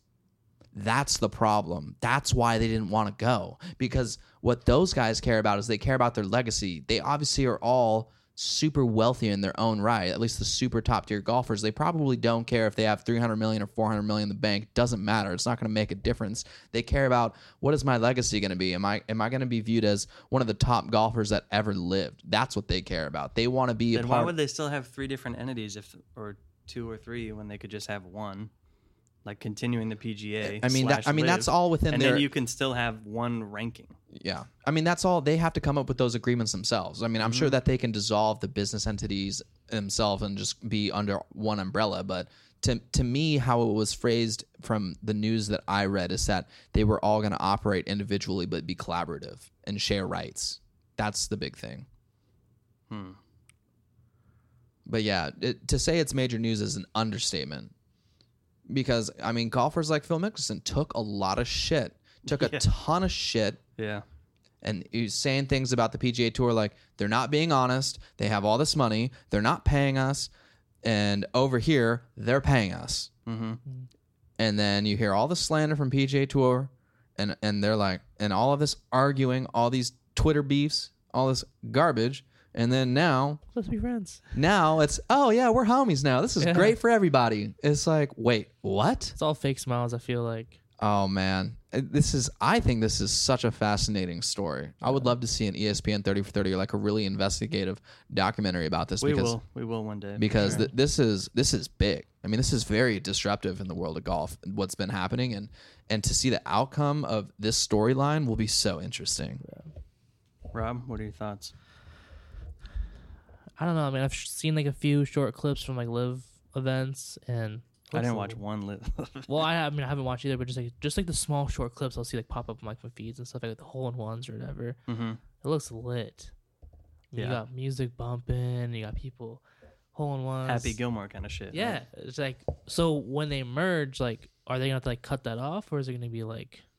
Speaker 4: that's the problem. That's why they didn't want to go because what those guys care about is they care about their legacy. They obviously are all super wealthy in their own right, at least the super top tier golfers, they probably don't care if they have 300 million or 400 million in the bank. Doesn't matter. It's not going to make a difference. They care about what is my legacy going to be? Am I am I going to be viewed as one of the top golfers that ever lived? That's what they care about. They want to be a
Speaker 2: Then
Speaker 4: part
Speaker 2: why would they still have three different entities if or two or three when they could just have one? Like continuing the PGA.
Speaker 4: I mean, that-
Speaker 2: slash
Speaker 4: I mean, that's
Speaker 2: Live,
Speaker 4: all within
Speaker 2: and
Speaker 4: their-
Speaker 2: then you can still have one ranking.
Speaker 4: Yeah. I mean, that's all they have to come up with those agreements themselves. I mean, I'm sure that they can dissolve the business entities themselves and just be under one umbrella. But to, to me, how it was phrased from the news that I read is that they were all going to operate individually, but be collaborative and share rights. That's the big thing. But yeah, it, to say it's major news is an understatement because, I mean, golfers like Phil Mickelson took a lot of shit, took a ton of shit
Speaker 2: Yeah.
Speaker 4: and he's saying things about the PGA Tour like they're not being honest. They have all this money. They're not paying us, and over here they're paying us. Mm-hmm.
Speaker 2: Mhm.
Speaker 4: And then you hear all the slander from PGA Tour, and and they're like, and all of this arguing, all these Twitter beefs, all this garbage, and then now
Speaker 3: Let's be friends.
Speaker 4: now it's oh yeah we're homies now. This is
Speaker 3: Yeah.
Speaker 4: great for everybody. It's like wait what?
Speaker 3: It's all fake smiles. I feel like
Speaker 4: Oh man, this is. I think this is such a fascinating story. I would love to see an E ESPN thirty for thirty or like a really investigative documentary about this
Speaker 2: We
Speaker 4: because
Speaker 2: will. We will one day. for
Speaker 4: because
Speaker 2: sure.
Speaker 4: th- this is this is big. I mean, this is very disruptive in the world of golf. What's been happening and and to see the outcome of this storyline will be so interesting.
Speaker 2: Rob, what are your thoughts?
Speaker 3: I don't know. I mean, I've sh- seen like a few short clips from like live events, and
Speaker 2: I didn't watch one live.
Speaker 3: Well, I, I mean, I haven't watched either, but just like just like the small short clips, I'll see like pop up on like my feeds and stuff like the hole in ones or whatever.
Speaker 2: mm-hmm.
Speaker 3: It looks lit. You
Speaker 2: Yeah.
Speaker 3: got music bumping. You got people hole in ones.
Speaker 2: Happy Gilmore kind of shit. right?
Speaker 3: Yeah, it's like so when they merge, like, are they gonna have to like cut that off, or is it gonna be like?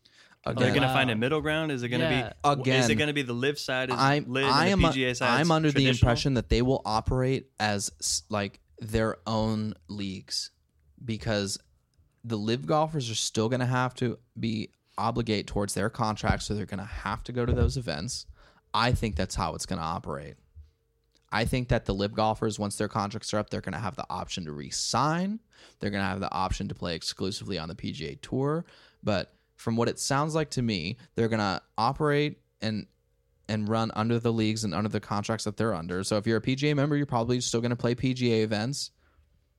Speaker 2: Are they
Speaker 4: Again,
Speaker 2: going to find a
Speaker 3: Wow.
Speaker 2: middle ground? Is it going to
Speaker 3: Yeah.
Speaker 2: be w- Is it
Speaker 4: Uh, Again,
Speaker 2: going to be the live side? Is
Speaker 4: I'm
Speaker 2: live
Speaker 4: I am
Speaker 2: and the PGA side? is
Speaker 4: I'm under the
Speaker 2: traditional?
Speaker 4: impression that they will operate as s- like their own leagues because the live golfers are still going to have to be obligate towards their contracts so they're going to have to go to those events. I think that's how it's going to operate. I think that the lib golfers, once their contracts are up, they're going to have the option to re-sign. They're going to have the option to play exclusively on the PGA Tour. But from what it sounds like to me, they're going to operate and and run under the leagues and under the contracts that they're under. So if you're a PGA member, you're probably still going to play PGA events.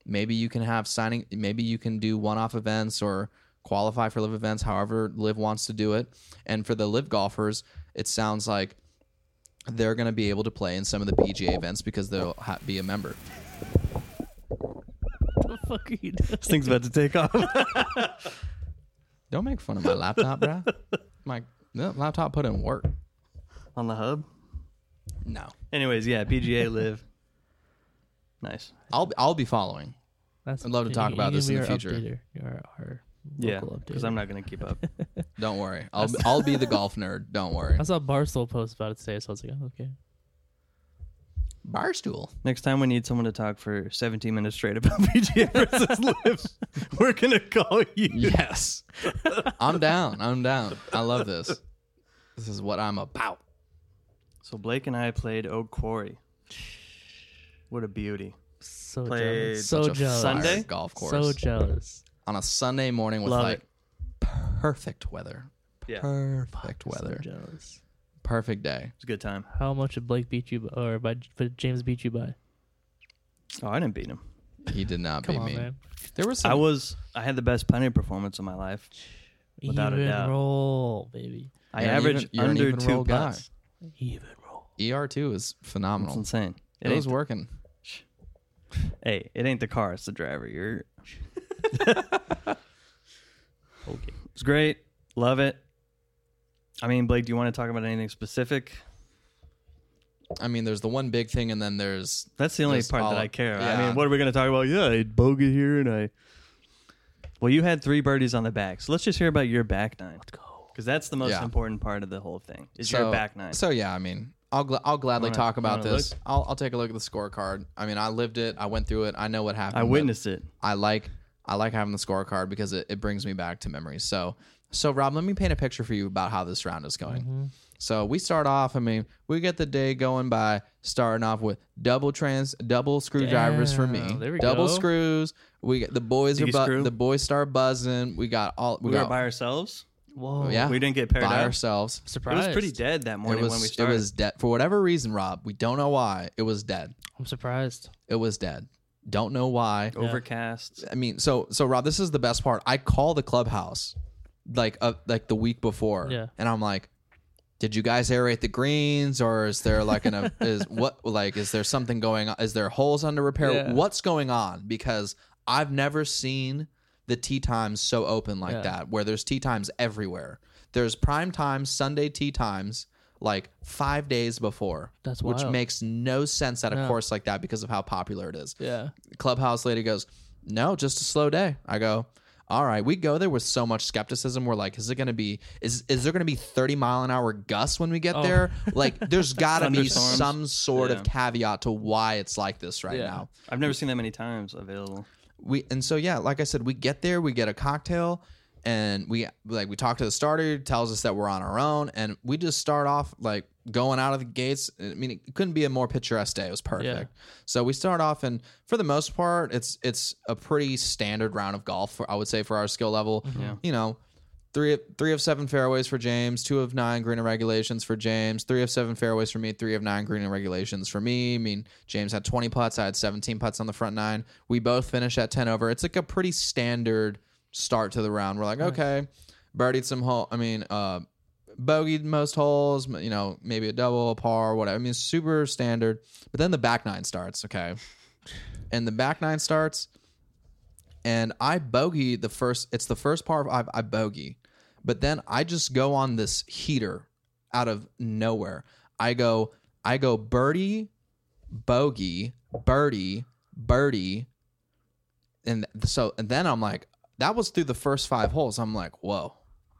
Speaker 4: Maybe you can have signing. Maybe you can do one-off events or qualify for live events. However, live wants to do it. And for the live golfers, it sounds like they're going to be able to play in some of the PGA events because they'll ha- be a member.
Speaker 3: What the fuck are you doing?
Speaker 2: this thing's about to take off.
Speaker 4: Don't make fun of my laptop, bro. My that laptop put in work.
Speaker 2: on the hub.
Speaker 4: No,
Speaker 2: Anyways, yeah, PGA live. Nice.
Speaker 4: I'll I'll be following.
Speaker 3: That's,
Speaker 4: I'd love to talk about this in the future.
Speaker 3: You're our
Speaker 2: Yeah,
Speaker 3: local
Speaker 2: because
Speaker 3: updater.
Speaker 2: I'm not going to keep up.
Speaker 4: Don't worry, I'll be- I'll be the golf nerd. Don't worry.
Speaker 3: I saw Barstool post about it today, so I was like, oh, okay.
Speaker 4: Barstool.
Speaker 2: Next time we need someone to talk for 17 minutes straight about PGA versus live, we're going to call you.
Speaker 4: Yes, I'm down. I'm down. I love this. This is what I'm about.
Speaker 2: So Blake and I played Oak Quarry. What a beauty.
Speaker 3: So
Speaker 2: Played
Speaker 3: jealous. So
Speaker 4: Such a
Speaker 3: jealous.
Speaker 4: fire
Speaker 2: Sunday?
Speaker 4: golf course
Speaker 3: So jealous.
Speaker 4: on a Sunday morning with
Speaker 2: Love
Speaker 4: like perfect weather,
Speaker 2: Yeah, it
Speaker 4: perfect weather,
Speaker 3: So jealous.
Speaker 4: perfect day.
Speaker 2: was a good time.
Speaker 3: How much did Blake beat you, b- or by but James beat you by?
Speaker 2: Oh, I didn't beat him.
Speaker 4: He did not
Speaker 3: Come
Speaker 4: beat
Speaker 3: on,
Speaker 4: me.
Speaker 3: man.
Speaker 4: There was some
Speaker 2: I was. I had the best putting performance of my life. Without a
Speaker 3: even
Speaker 2: doubt.
Speaker 3: roll, baby.
Speaker 2: I
Speaker 4: You're an
Speaker 2: averaged
Speaker 4: even- you're an
Speaker 2: under
Speaker 4: even
Speaker 2: two
Speaker 4: roll guy.
Speaker 2: putts.
Speaker 3: Even roll.
Speaker 4: ER two is
Speaker 2: It's
Speaker 4: phenomenal.
Speaker 2: insane. It
Speaker 4: It
Speaker 2: ain't
Speaker 4: was working.
Speaker 2: Hey, it ain't the car, it's the driver. You're
Speaker 3: Okay.
Speaker 2: it's great. Love it. I mean, Blake, do you want to talk about anything specific?
Speaker 4: I mean, there's the one big thing, and then there's
Speaker 2: That's the only
Speaker 4: Just
Speaker 2: part
Speaker 4: all-
Speaker 2: that I care. I
Speaker 4: yeah.
Speaker 2: mean, what are we going to talk about? Yeah, I bogey here and I Well, you had 3 birdies on the back. So let's just hear about your back nine. Let's
Speaker 3: go.
Speaker 2: Cuz that's the most
Speaker 4: Yeah.
Speaker 2: important part of the whole thing. Is your back nine.
Speaker 4: So yeah, I mean, I'll gl- I'll gladly
Speaker 2: Wanna-
Speaker 4: talk about
Speaker 2: wanna look?
Speaker 4: this. I'll I'll take a look at the scorecard. I mean, I lived it. I went through it. I know what happened.
Speaker 2: I
Speaker 4: but
Speaker 2: witnessed it.
Speaker 4: I like I like having the scorecard
Speaker 2: Mm-hmm.
Speaker 4: because it, it brings me back to memories. So so Rob, let me paint a picture for you about how this round is going. So we start off. I mean, we get the day going by starting off with double trans, double screwdrivers for me.
Speaker 3: Damn, there we
Speaker 4: double
Speaker 3: go.
Speaker 4: screws. We get the boys are
Speaker 2: Diggy
Speaker 4: bu-
Speaker 2: screw.
Speaker 4: the boys start buzzing. We got all we,
Speaker 2: We were
Speaker 4: got
Speaker 2: by ourselves.
Speaker 3: Whoa.
Speaker 4: Oh, yeah
Speaker 2: We didn't get paired
Speaker 4: by
Speaker 2: up.
Speaker 4: ourselves.
Speaker 2: It
Speaker 3: Surprised.
Speaker 2: was pretty dead that
Speaker 4: It
Speaker 2: morning when we
Speaker 4: was it
Speaker 2: started.
Speaker 4: was dead for whatever reason, Rob. We don't know why it was dead.
Speaker 3: I'm surprised.
Speaker 4: It was dead. Don't know why.
Speaker 2: overcast.
Speaker 4: I mean, so so Rob, this is the best part. I call the clubhouse like uh, like the week before,
Speaker 3: Yeah.
Speaker 4: and I'm like, "Did you guys aerate the greens, or is there like an a, is what like is there something going on? Is there holes under repair?
Speaker 3: Yeah.
Speaker 4: What's going on?" Because I've never seen the tea times so open like
Speaker 3: Yeah.
Speaker 4: that, where there's tea times everywhere. There's prime time Sunday tea times like five days before.
Speaker 3: That's
Speaker 4: which
Speaker 3: wild.
Speaker 4: makes no sense at a
Speaker 3: No.
Speaker 4: course like that because of how popular it is
Speaker 3: Yeah.
Speaker 4: clubhouse lady goes, "No, just a slow day." I go, "All right." We go there with so much skepticism. We're like, "Is it going to be is is there going to be 30 mile an hour gusts when we get there?" Like there's got to be
Speaker 2: Oh. Thunderstorms.
Speaker 4: some sort of
Speaker 2: Yeah.
Speaker 4: caveat to why it's like this right
Speaker 3: Yeah.
Speaker 4: now.
Speaker 2: I've never seen that many times available.
Speaker 4: We and so yeah, like I said, we get there, we get a cocktail, and we like we talk to the starter, tells us that we're on our own, and we just start off like going out of the gates. I mean, it couldn't be a more picturesque day. It was perfect. So we start off, and for the most part, it's it's a pretty standard round of golf. For, I would say for our skill level,
Speaker 2: Yeah.
Speaker 4: you know. Three, three of seven fairways for James, two of nine green and regulations for James, three of seven fairways for me, three of nine green and regulations for me. I mean, James had 20 putts, I had 17 putts on the front nine. We both finished at 10 over. It's like a pretty standard start to the round. We're like, okay, birdied some hole. I mean, uh, bogeyed most holes, m- you know, maybe a double, a par, whatever. I mean, super standard. But then the back nine starts, okay? And the back nine starts, and I bogey the first, it's the first par I, I bogey. But then I just go on this heater out of nowhere. I go, I go birdie, bogey, birdie, birdie. And th- so, and then I'm like, that was through the first five holes. I'm like, whoa.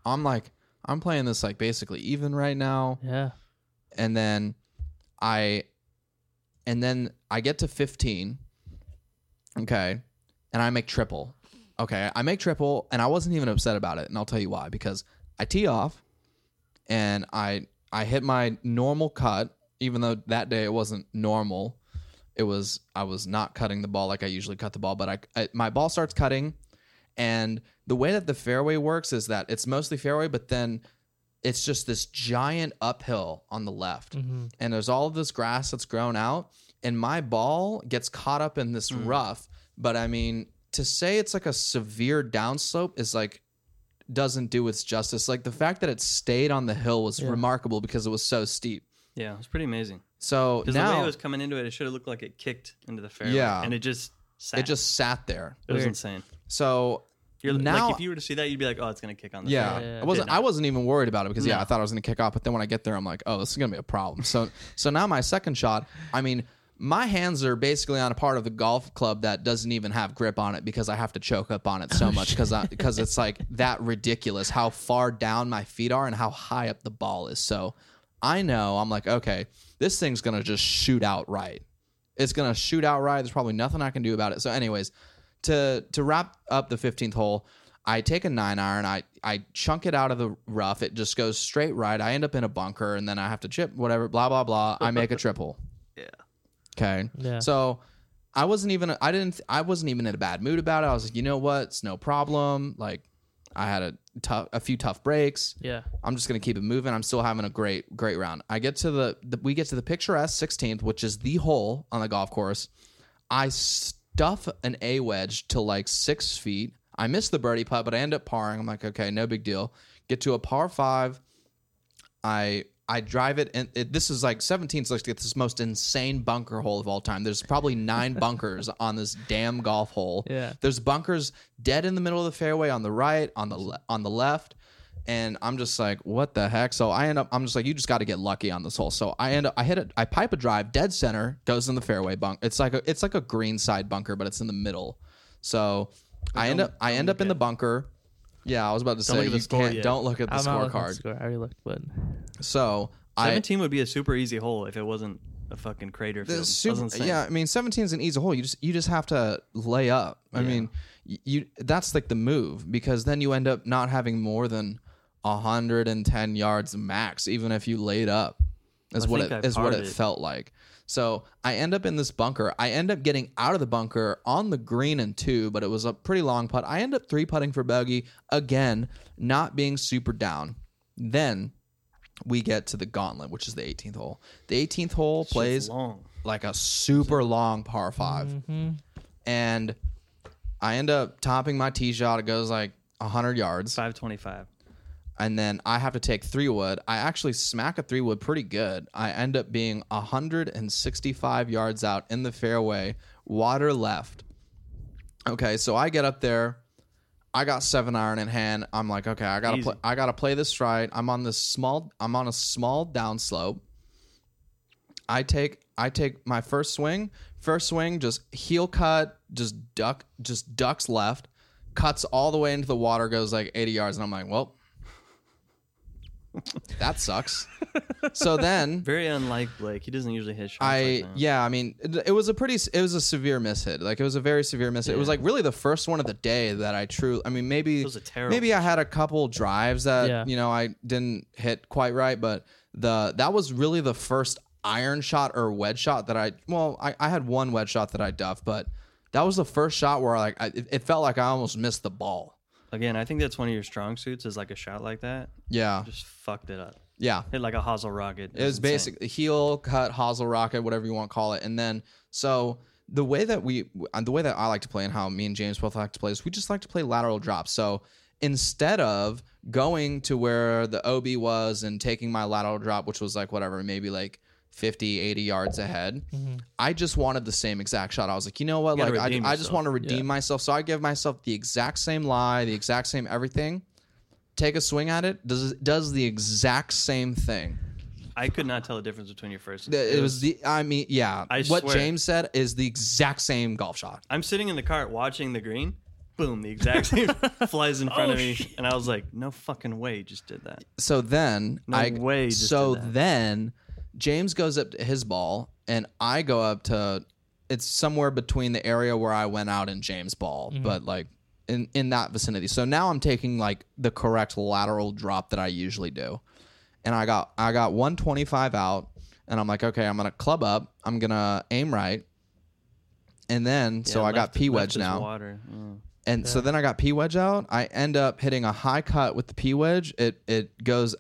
Speaker 4: I'm like, I'm playing this like basically even right now.
Speaker 3: Yeah.
Speaker 4: And then I, and then I get to 15. Okay. And I make triple. Okay. I make triple and I wasn't even upset about it. And I'll tell you why because I tee off and I, I hit my normal cut, even though that day it wasn't normal. It was, I was not cutting the ball like I usually cut the ball, but I, I my ball starts cutting. And the way that the fairway works is that it's mostly fairway, but then it's just this giant uphill on the left.
Speaker 3: Mm-hmm.
Speaker 4: And there's all of this grass that's grown out. And my ball gets caught up in this
Speaker 2: Mm.
Speaker 4: rough. But I mean, to say it's like a severe downslope is like, doesn't do its justice. Like the fact that it stayed on the hill was remarkable because it was so steep.
Speaker 2: Yeah, it was pretty amazing.
Speaker 4: So
Speaker 2: Because the way
Speaker 4: now
Speaker 2: it was coming into it, it should have looked like it kicked into the fairway.
Speaker 4: Yeah.
Speaker 2: and it just sat.
Speaker 4: it just sat there.
Speaker 2: it was
Speaker 3: Weird.
Speaker 2: insane.
Speaker 4: So
Speaker 2: You're
Speaker 4: Now-
Speaker 2: like if you were to see that, you'd be like, oh, it's gonna kick on the
Speaker 4: Yeah,
Speaker 2: fairway.
Speaker 3: yeah, yeah.
Speaker 4: I wasn't.
Speaker 2: Did
Speaker 4: I
Speaker 2: not.
Speaker 4: wasn't even worried about it because yeah,
Speaker 2: No.
Speaker 4: I thought I was going to kick off. But then when I get there, I'm like, oh, this is going to be a problem. So so now my second shot. I mean, my hands are basically on a part of the golf club that doesn't even have grip on it because I have to choke up on it so much because because it's like that ridiculous how far down my feet are and how high up the ball is. So I know I'm like, okay, this thing's going to just shoot out right. It's going to shoot out right. There's probably nothing I can do about it. So anyways to to wrap up the 15th hole i take a nine iron i i chunk it out of the rough it just goes straight right i end up in a bunker and then i have to chip whatever blah blah blah i make a triple
Speaker 2: Yeah.
Speaker 4: okay
Speaker 3: Yeah.
Speaker 4: so i wasn't even i didn't i wasn't even in a bad mood about it i was like you know what it's no problem like i had a tough a few tough breaks
Speaker 3: Yeah.
Speaker 4: I'm just gonna keep it moving. I'm still having a great, great round. I get to the, the we get to the picturesque 16th, which is the hole on the golf course. I stuff an A wedge to like six feet. I miss the birdie putt, but I end up parring. I'm like, okay, no big deal. Get to a par five. I I drive it, and it, this is like 17th. Like it's this most insane bunker hole of all time. There's probably nine bunkers on this damn golf hole.
Speaker 3: Yeah.
Speaker 4: There's bunkers dead in the middle of the fairway on the right, on the le- on the left, and I'm just like, what the heck? So I end up, I'm just like, you just got to get lucky on this hole. So I end up, I hit it, I pipe a drive dead center, goes in the fairway bunk. It's like a, it's like a green side bunker, but it's in the middle. So I end up, I end up in the bunker. Yeah, I was about to
Speaker 2: look
Speaker 4: say
Speaker 2: at the
Speaker 4: you
Speaker 2: score
Speaker 4: can't.
Speaker 2: yet.
Speaker 4: Don't look at the
Speaker 3: I'm not looking at the
Speaker 4: scorecard.
Speaker 3: score. I already looked, but
Speaker 4: So I,
Speaker 2: Seventeen would be a super easy hole if it wasn't a fucking crater field. That was
Speaker 4: super,
Speaker 2: insane.
Speaker 4: yeah, I mean, 17 is an easy hole. You just you just have to lay up. I mean, y- you that's like the move because then you end up not having more than 110 yards max, even if you laid up. Is
Speaker 2: I
Speaker 4: what it
Speaker 2: think I
Speaker 4: is what it
Speaker 2: parted.
Speaker 4: felt like. So I end up in this bunker. I end up getting out of the bunker on the green and two, but it was a pretty long putt. I end up three putting for bogey again, not being super down. Then we get to the gauntlet, which is the 18th hole. The 18th hole plays
Speaker 2: It's long.
Speaker 4: like a super long par 5 and I end up topping my tee shot. It goes like hundred yards,
Speaker 2: Five twenty-five.
Speaker 4: and then I have to take three wood. I actually smack a three wood pretty good. I end up being hundred and sixty-five yards out in the fairway, water left. Okay, so I get up there. I got seven iron in hand. I'm like, okay, I gotta
Speaker 2: Easy.
Speaker 4: play. I gotta play this right. I'm on this small. I'm on a small downslope. I take I take my first swing. First swing, just heel cut, just duck, just ducks left, cuts all the way into the water, goes like 80 yards, and I'm like, well, that sucks. so then
Speaker 2: Very unlike Blake. He doesn't usually hit shots.
Speaker 4: I
Speaker 2: like that.
Speaker 4: yeah, I mean, it, it was a pretty, s- it was a severe miss hit. Like it was a very severe miss. Hit. It was like really the first one of the day that I truly. I mean, maybe
Speaker 2: was a terrible
Speaker 4: maybe I had a couple drives that
Speaker 3: Yeah.
Speaker 4: you know I didn't hit quite right, but the that was really the first iron shot or wedge shot that I. Well, I, I had one wedge shot that I duffed, but that was the first shot where like I, it, it felt like I almost missed the ball.
Speaker 2: Again, I think that's one of your strong suits is like a shot like that.
Speaker 4: Yeah,
Speaker 2: Just fucked it up.
Speaker 4: yeah.
Speaker 2: Hit like a hosel rocket.
Speaker 4: It was
Speaker 2: insane.
Speaker 4: basic heel cut, hosel rocket, whatever you want to call it. And then so the way that we, uh, the way that I like to play, and how me and James both like to play is we just like to play lateral drops. So instead of going to where the OB was and taking my lateral drop, which was like whatever, maybe like 50, 80 yards ahead, I just wanted the same exact shot. I was like, you know what?
Speaker 2: Mm-hmm. You gotta
Speaker 4: Like, I,
Speaker 2: redeem
Speaker 4: I just
Speaker 2: yourself.
Speaker 4: want to redeem myself. So I give myself the exact same lie, the exact same everything. Take a swing at it. Does does the exact same thing.
Speaker 2: I could not tell the difference between your first. and
Speaker 4: The-
Speaker 2: second.
Speaker 4: it was the. I mean, yeah.
Speaker 2: I
Speaker 4: what
Speaker 2: swear.
Speaker 4: James said is the exact same golf shot.
Speaker 2: I'm sitting in the cart watching the green. Boom, the exact same flies in front
Speaker 3: Oh,
Speaker 2: of me, and I was like, "No fucking way, you just did that."
Speaker 4: So then
Speaker 2: No
Speaker 4: I.
Speaker 2: way you just
Speaker 4: so
Speaker 2: did that.
Speaker 4: then, James goes up to his ball, and I go up to. It's somewhere between the area where I went out and James' ball,
Speaker 2: Mm-hmm.
Speaker 4: but like in in that vicinity. So now I'm taking like the correct lateral drop that I usually do, and I got I got 125 out, and I'm like, okay, I'm gonna club up, I'm gonna aim right, and then so
Speaker 2: Yeah,
Speaker 4: I got
Speaker 2: left-
Speaker 4: P
Speaker 2: left
Speaker 4: wedge
Speaker 2: is
Speaker 4: now.
Speaker 2: Water. Yeah.
Speaker 4: And so then I got P wedge out. I end up hitting a high cut with the P wedge. It it goes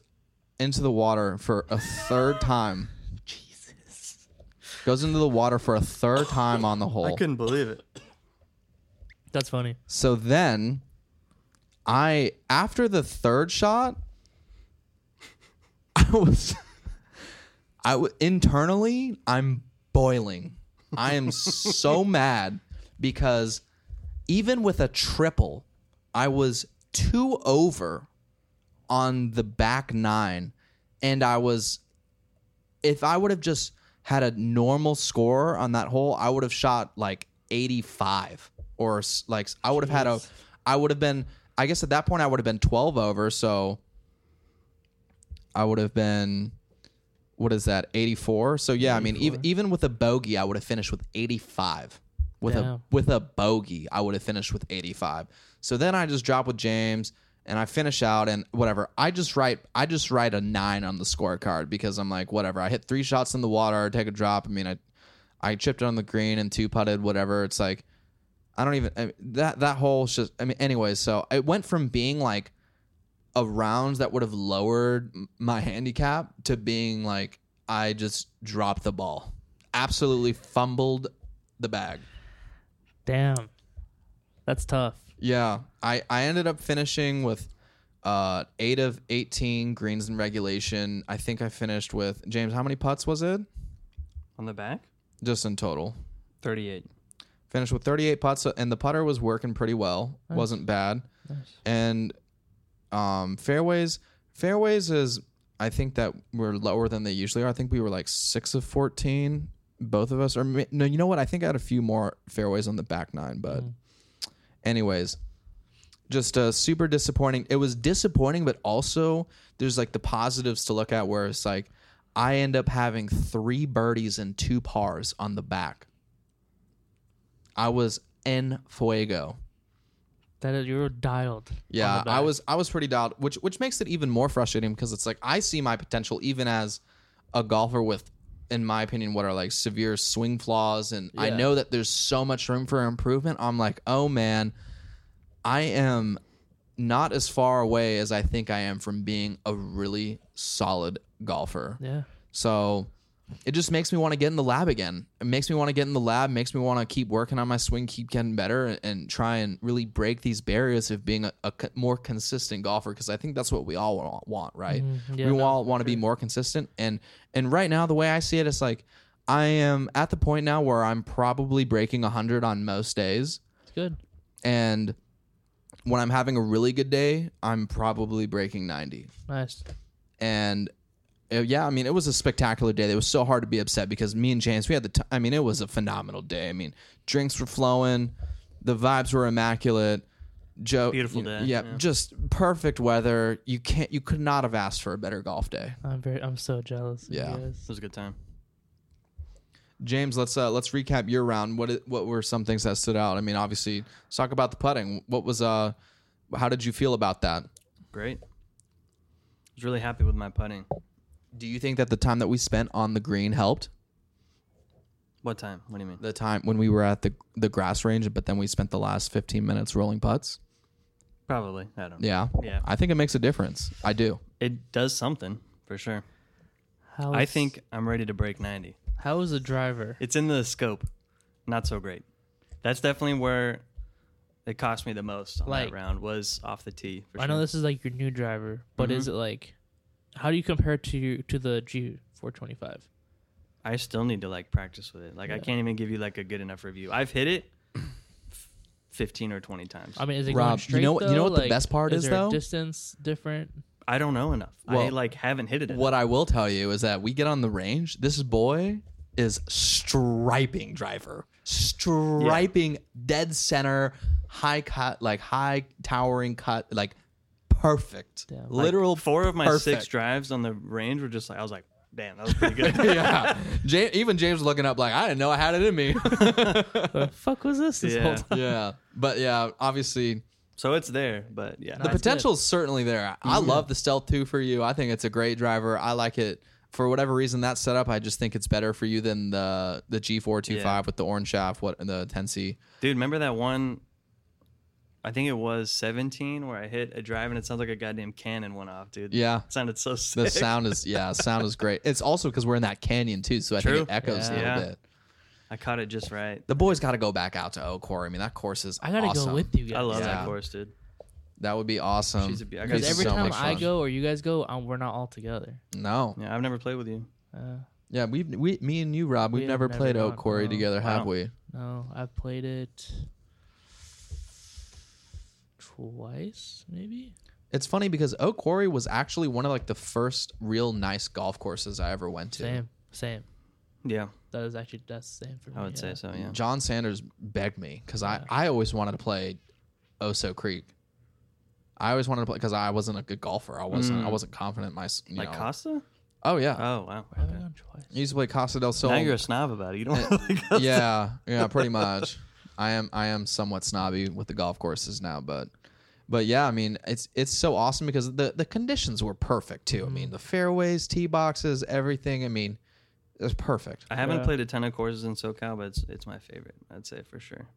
Speaker 4: into the water for a third time. Jesus. Goes into the water for a third time on the
Speaker 2: I
Speaker 4: hole.
Speaker 2: couldn't believe it.
Speaker 3: That's funny.
Speaker 4: So then I after the third shot I was I w- internally I'm boiling. I am so mad because even with a triple, I was two over on the back nine, and I was if I would have just had a normal score on that hole, I would have shot like 85 or s- like I would have had a I would have been I guess at that point I would have been 12 over, so I would have been what is that 84? So yeah, I mean even even with a bogey I would have finished with 85. With a
Speaker 3: Damn.
Speaker 4: with a bogey, I would have finished with 85. So then I just drop with James and I finish out and whatever. I just write I just write a 9 on the scorecard because I'm like whatever. I hit 3 shots in the water, take a drop. I mean I I chipped it on the green and two putted whatever. It's like I don't even I mean, that that whole just I mean anyways, so it went from being like a round that would have lowered m- my handicap to being like I just dropped the ball. Absolutely fumbled the bag.
Speaker 3: Damn. That's tough.
Speaker 4: Yeah, I I ended up finishing with uh 8 of 18 greens in regulation. I think I finished with James, how many putts was it?
Speaker 2: On the back,
Speaker 4: Just in total.
Speaker 2: thirty-eight.
Speaker 4: Finished with 38 putts so- and the putter was working pretty well. Wasn't bad. And um fairways fairways is I think that we're lower than they usually are. I think we were like 6 of 14 both of us or ma- no, you know what? I think I had a few more fairways on the back nine, but anyways, just uh, super disappointing. It was disappointing, but also there's like the positives to look at where it's like I end up having three birdies and two pars on the back. I was en fuego.
Speaker 3: That is, you're dialed. on the
Speaker 4: Yeah, I
Speaker 3: dial.
Speaker 4: was I was pretty dialed, which which makes it even more frustrating because it's like I see my potential even as a golfer with, in my opinion, what are like severe swing flaws, and I
Speaker 3: Yeah.
Speaker 4: know that there's so much room for improvement. I'm like, oh man, I am not as far away as I think I am from being a really solid golfer.
Speaker 3: Yeah.
Speaker 4: So it just makes me want to get in the lab again. It makes me want to get in the lab, makes me want to keep working on my swing, keep getting better, and, and try and really break these barriers of being a, a co- more consistent golfer because I think that's what we all wa- want, right?
Speaker 3: Mm-hmm. yeah,
Speaker 4: we
Speaker 3: no,
Speaker 4: all want to be more consistent. And and right now, the way I see it, it's like I am at the point now where I'm probably breaking 100 on most days.
Speaker 3: It's good.
Speaker 4: And when I'm having a really good day, I'm probably breaking 90
Speaker 3: Nice.
Speaker 4: and uh, yeah, I mean, it was a spectacular day. It was so hard to be upset because me and James, we had the. T- I mean, it was a phenomenal day. I mean, drinks were flowing, the vibes were immaculate. Joe,
Speaker 2: Beautiful
Speaker 4: you know,
Speaker 2: day,
Speaker 4: Yeah,
Speaker 2: yeah.
Speaker 4: just perfect weather. You can't, you could not have asked for a better golf day.
Speaker 3: I'm very. I'm so jealous. of you
Speaker 4: Yeah.
Speaker 2: It
Speaker 3: guys.
Speaker 2: was a good time.
Speaker 4: James, let's uh, let's recap your round. What i- what were some things that stood out? I mean, obviously, let's talk about the putting. What was uh, how did you feel about that?
Speaker 2: Great. I was really happy with my putting.
Speaker 4: Do you think that the time that we spent on the green helped?
Speaker 2: What time? What do you mean?
Speaker 4: the time when we were at the the grass range, but then we spent the last 15 minutes rolling putts.
Speaker 2: Probably. I don't know.
Speaker 4: Yeah.
Speaker 2: Yeah.
Speaker 4: I think it makes a difference. I do.
Speaker 2: It does something for sure.
Speaker 3: How
Speaker 2: I
Speaker 3: is-
Speaker 2: think I'm ready to break 90.
Speaker 3: How is the driver?
Speaker 2: It's in the scope. Not so great. That's definitely where it cost me the most on
Speaker 3: Like-
Speaker 2: that round was off the tee. For
Speaker 3: I know
Speaker 2: sure.
Speaker 3: this is like your new driver, but is it
Speaker 4: Mm-hmm.
Speaker 3: like? How do you compare it to to the G425?
Speaker 2: I still need to like practice with it. Like I can't even give you like a good enough review. I've hit it f- 15 or 20 times.
Speaker 3: I mean, is it
Speaker 4: Rob,
Speaker 3: going
Speaker 4: you
Speaker 3: straight?
Speaker 4: know what- you know
Speaker 3: though?
Speaker 4: what the
Speaker 3: Like,
Speaker 4: best part is,
Speaker 3: there a
Speaker 4: though?
Speaker 3: distance different.
Speaker 2: I don't know enough. I
Speaker 4: Well,
Speaker 2: like haven't hit it. Enough.
Speaker 4: What I will tell you is that we get on the range. This boy is striping driver, striping dead center, high cut, like high towering cut, like perfect,
Speaker 3: Damn.
Speaker 2: Like,
Speaker 4: literal
Speaker 2: four of my six
Speaker 4: perfect.
Speaker 2: drives on the range were just like I was like, damn, that was pretty good.
Speaker 4: yeah, Ja- even James was looking up like I didn't know I had it in me.
Speaker 3: the fuck was this? This whole
Speaker 2: Yeah.
Speaker 3: time?
Speaker 4: yeah, but yeah, obviously
Speaker 2: So it's there, but yeah.
Speaker 3: That's
Speaker 4: The
Speaker 3: good. Mm-hmm.
Speaker 4: potential's certainly there. I love the Stealth 2 for you. I think it's a great driver. I like it. For whatever reason, that setup, I just think it's better for you than the the G425
Speaker 2: Yeah.
Speaker 4: with the orange shaft, what the 10C.
Speaker 2: Dude, remember that one? I think it was 17 where I hit a drive and it sounds like a goddamn cannon went off, dude.
Speaker 4: Yeah.
Speaker 2: It sounded so sick.
Speaker 4: The sound is, yeah, sound is great. It's also because we're in that canyon too, so I
Speaker 2: True.
Speaker 4: think it echoes a
Speaker 2: Yeah.
Speaker 4: little bit.
Speaker 2: I caught it just right.
Speaker 4: The boys got to go back out to Oak Quarry. I mean, that course is
Speaker 3: I gotta
Speaker 4: awesome.
Speaker 3: go with you guys.
Speaker 2: I love
Speaker 4: Yeah.
Speaker 2: that course, dude.
Speaker 4: That would be awesome.
Speaker 2: She's a be- I
Speaker 4: It'd
Speaker 2: gotta
Speaker 3: Because
Speaker 2: This
Speaker 3: every
Speaker 2: is
Speaker 4: so
Speaker 3: time
Speaker 4: much
Speaker 3: I
Speaker 4: fun.
Speaker 3: go or you guys go, um, we're not all together.
Speaker 4: No.
Speaker 2: Yeah, I've never played with you.
Speaker 3: Uh,
Speaker 4: Yeah, we've, we, me and you, Rob, we've
Speaker 3: We have
Speaker 4: never
Speaker 3: never
Speaker 4: played Oak
Speaker 3: gone,
Speaker 4: Quarry
Speaker 3: no.
Speaker 4: together, have
Speaker 2: Wow.
Speaker 4: we?
Speaker 3: no, I've played it twice, maybe.
Speaker 4: It's funny because Oak Quarry was actually one of like the first real nice golf courses I ever went to.
Speaker 3: Same, same.
Speaker 2: Yeah,
Speaker 3: That is actually that's the same for me.
Speaker 2: I would
Speaker 3: yeah.
Speaker 2: say so, Oh, yeah.
Speaker 4: John Sanders begged me because I, I always wanted to play Oso Creek. I always wanted to play because I wasn't a good golfer. I wasn't. I wasn't confident. in My s- you
Speaker 2: Mm. Like
Speaker 4: know.
Speaker 2: Costa?
Speaker 4: Oh yeah,
Speaker 2: Oh, wow.
Speaker 3: I've
Speaker 2: Okay.
Speaker 3: gone twice.
Speaker 4: I used to play Costa del Sol.
Speaker 2: Now you're a snob about it. You don't like Costa.
Speaker 4: yeah, yeah, pretty much. I am I am somewhat snobby with the golf courses now, but but yeah, I mean it's it's so awesome because the the conditions were perfect too. I mean the fairways, tee boxes, everything. I mean it was perfect.
Speaker 2: I haven't
Speaker 3: Yeah.
Speaker 2: played a ton of courses in SoCal, but it's, it's my favorite, I'd say for sure.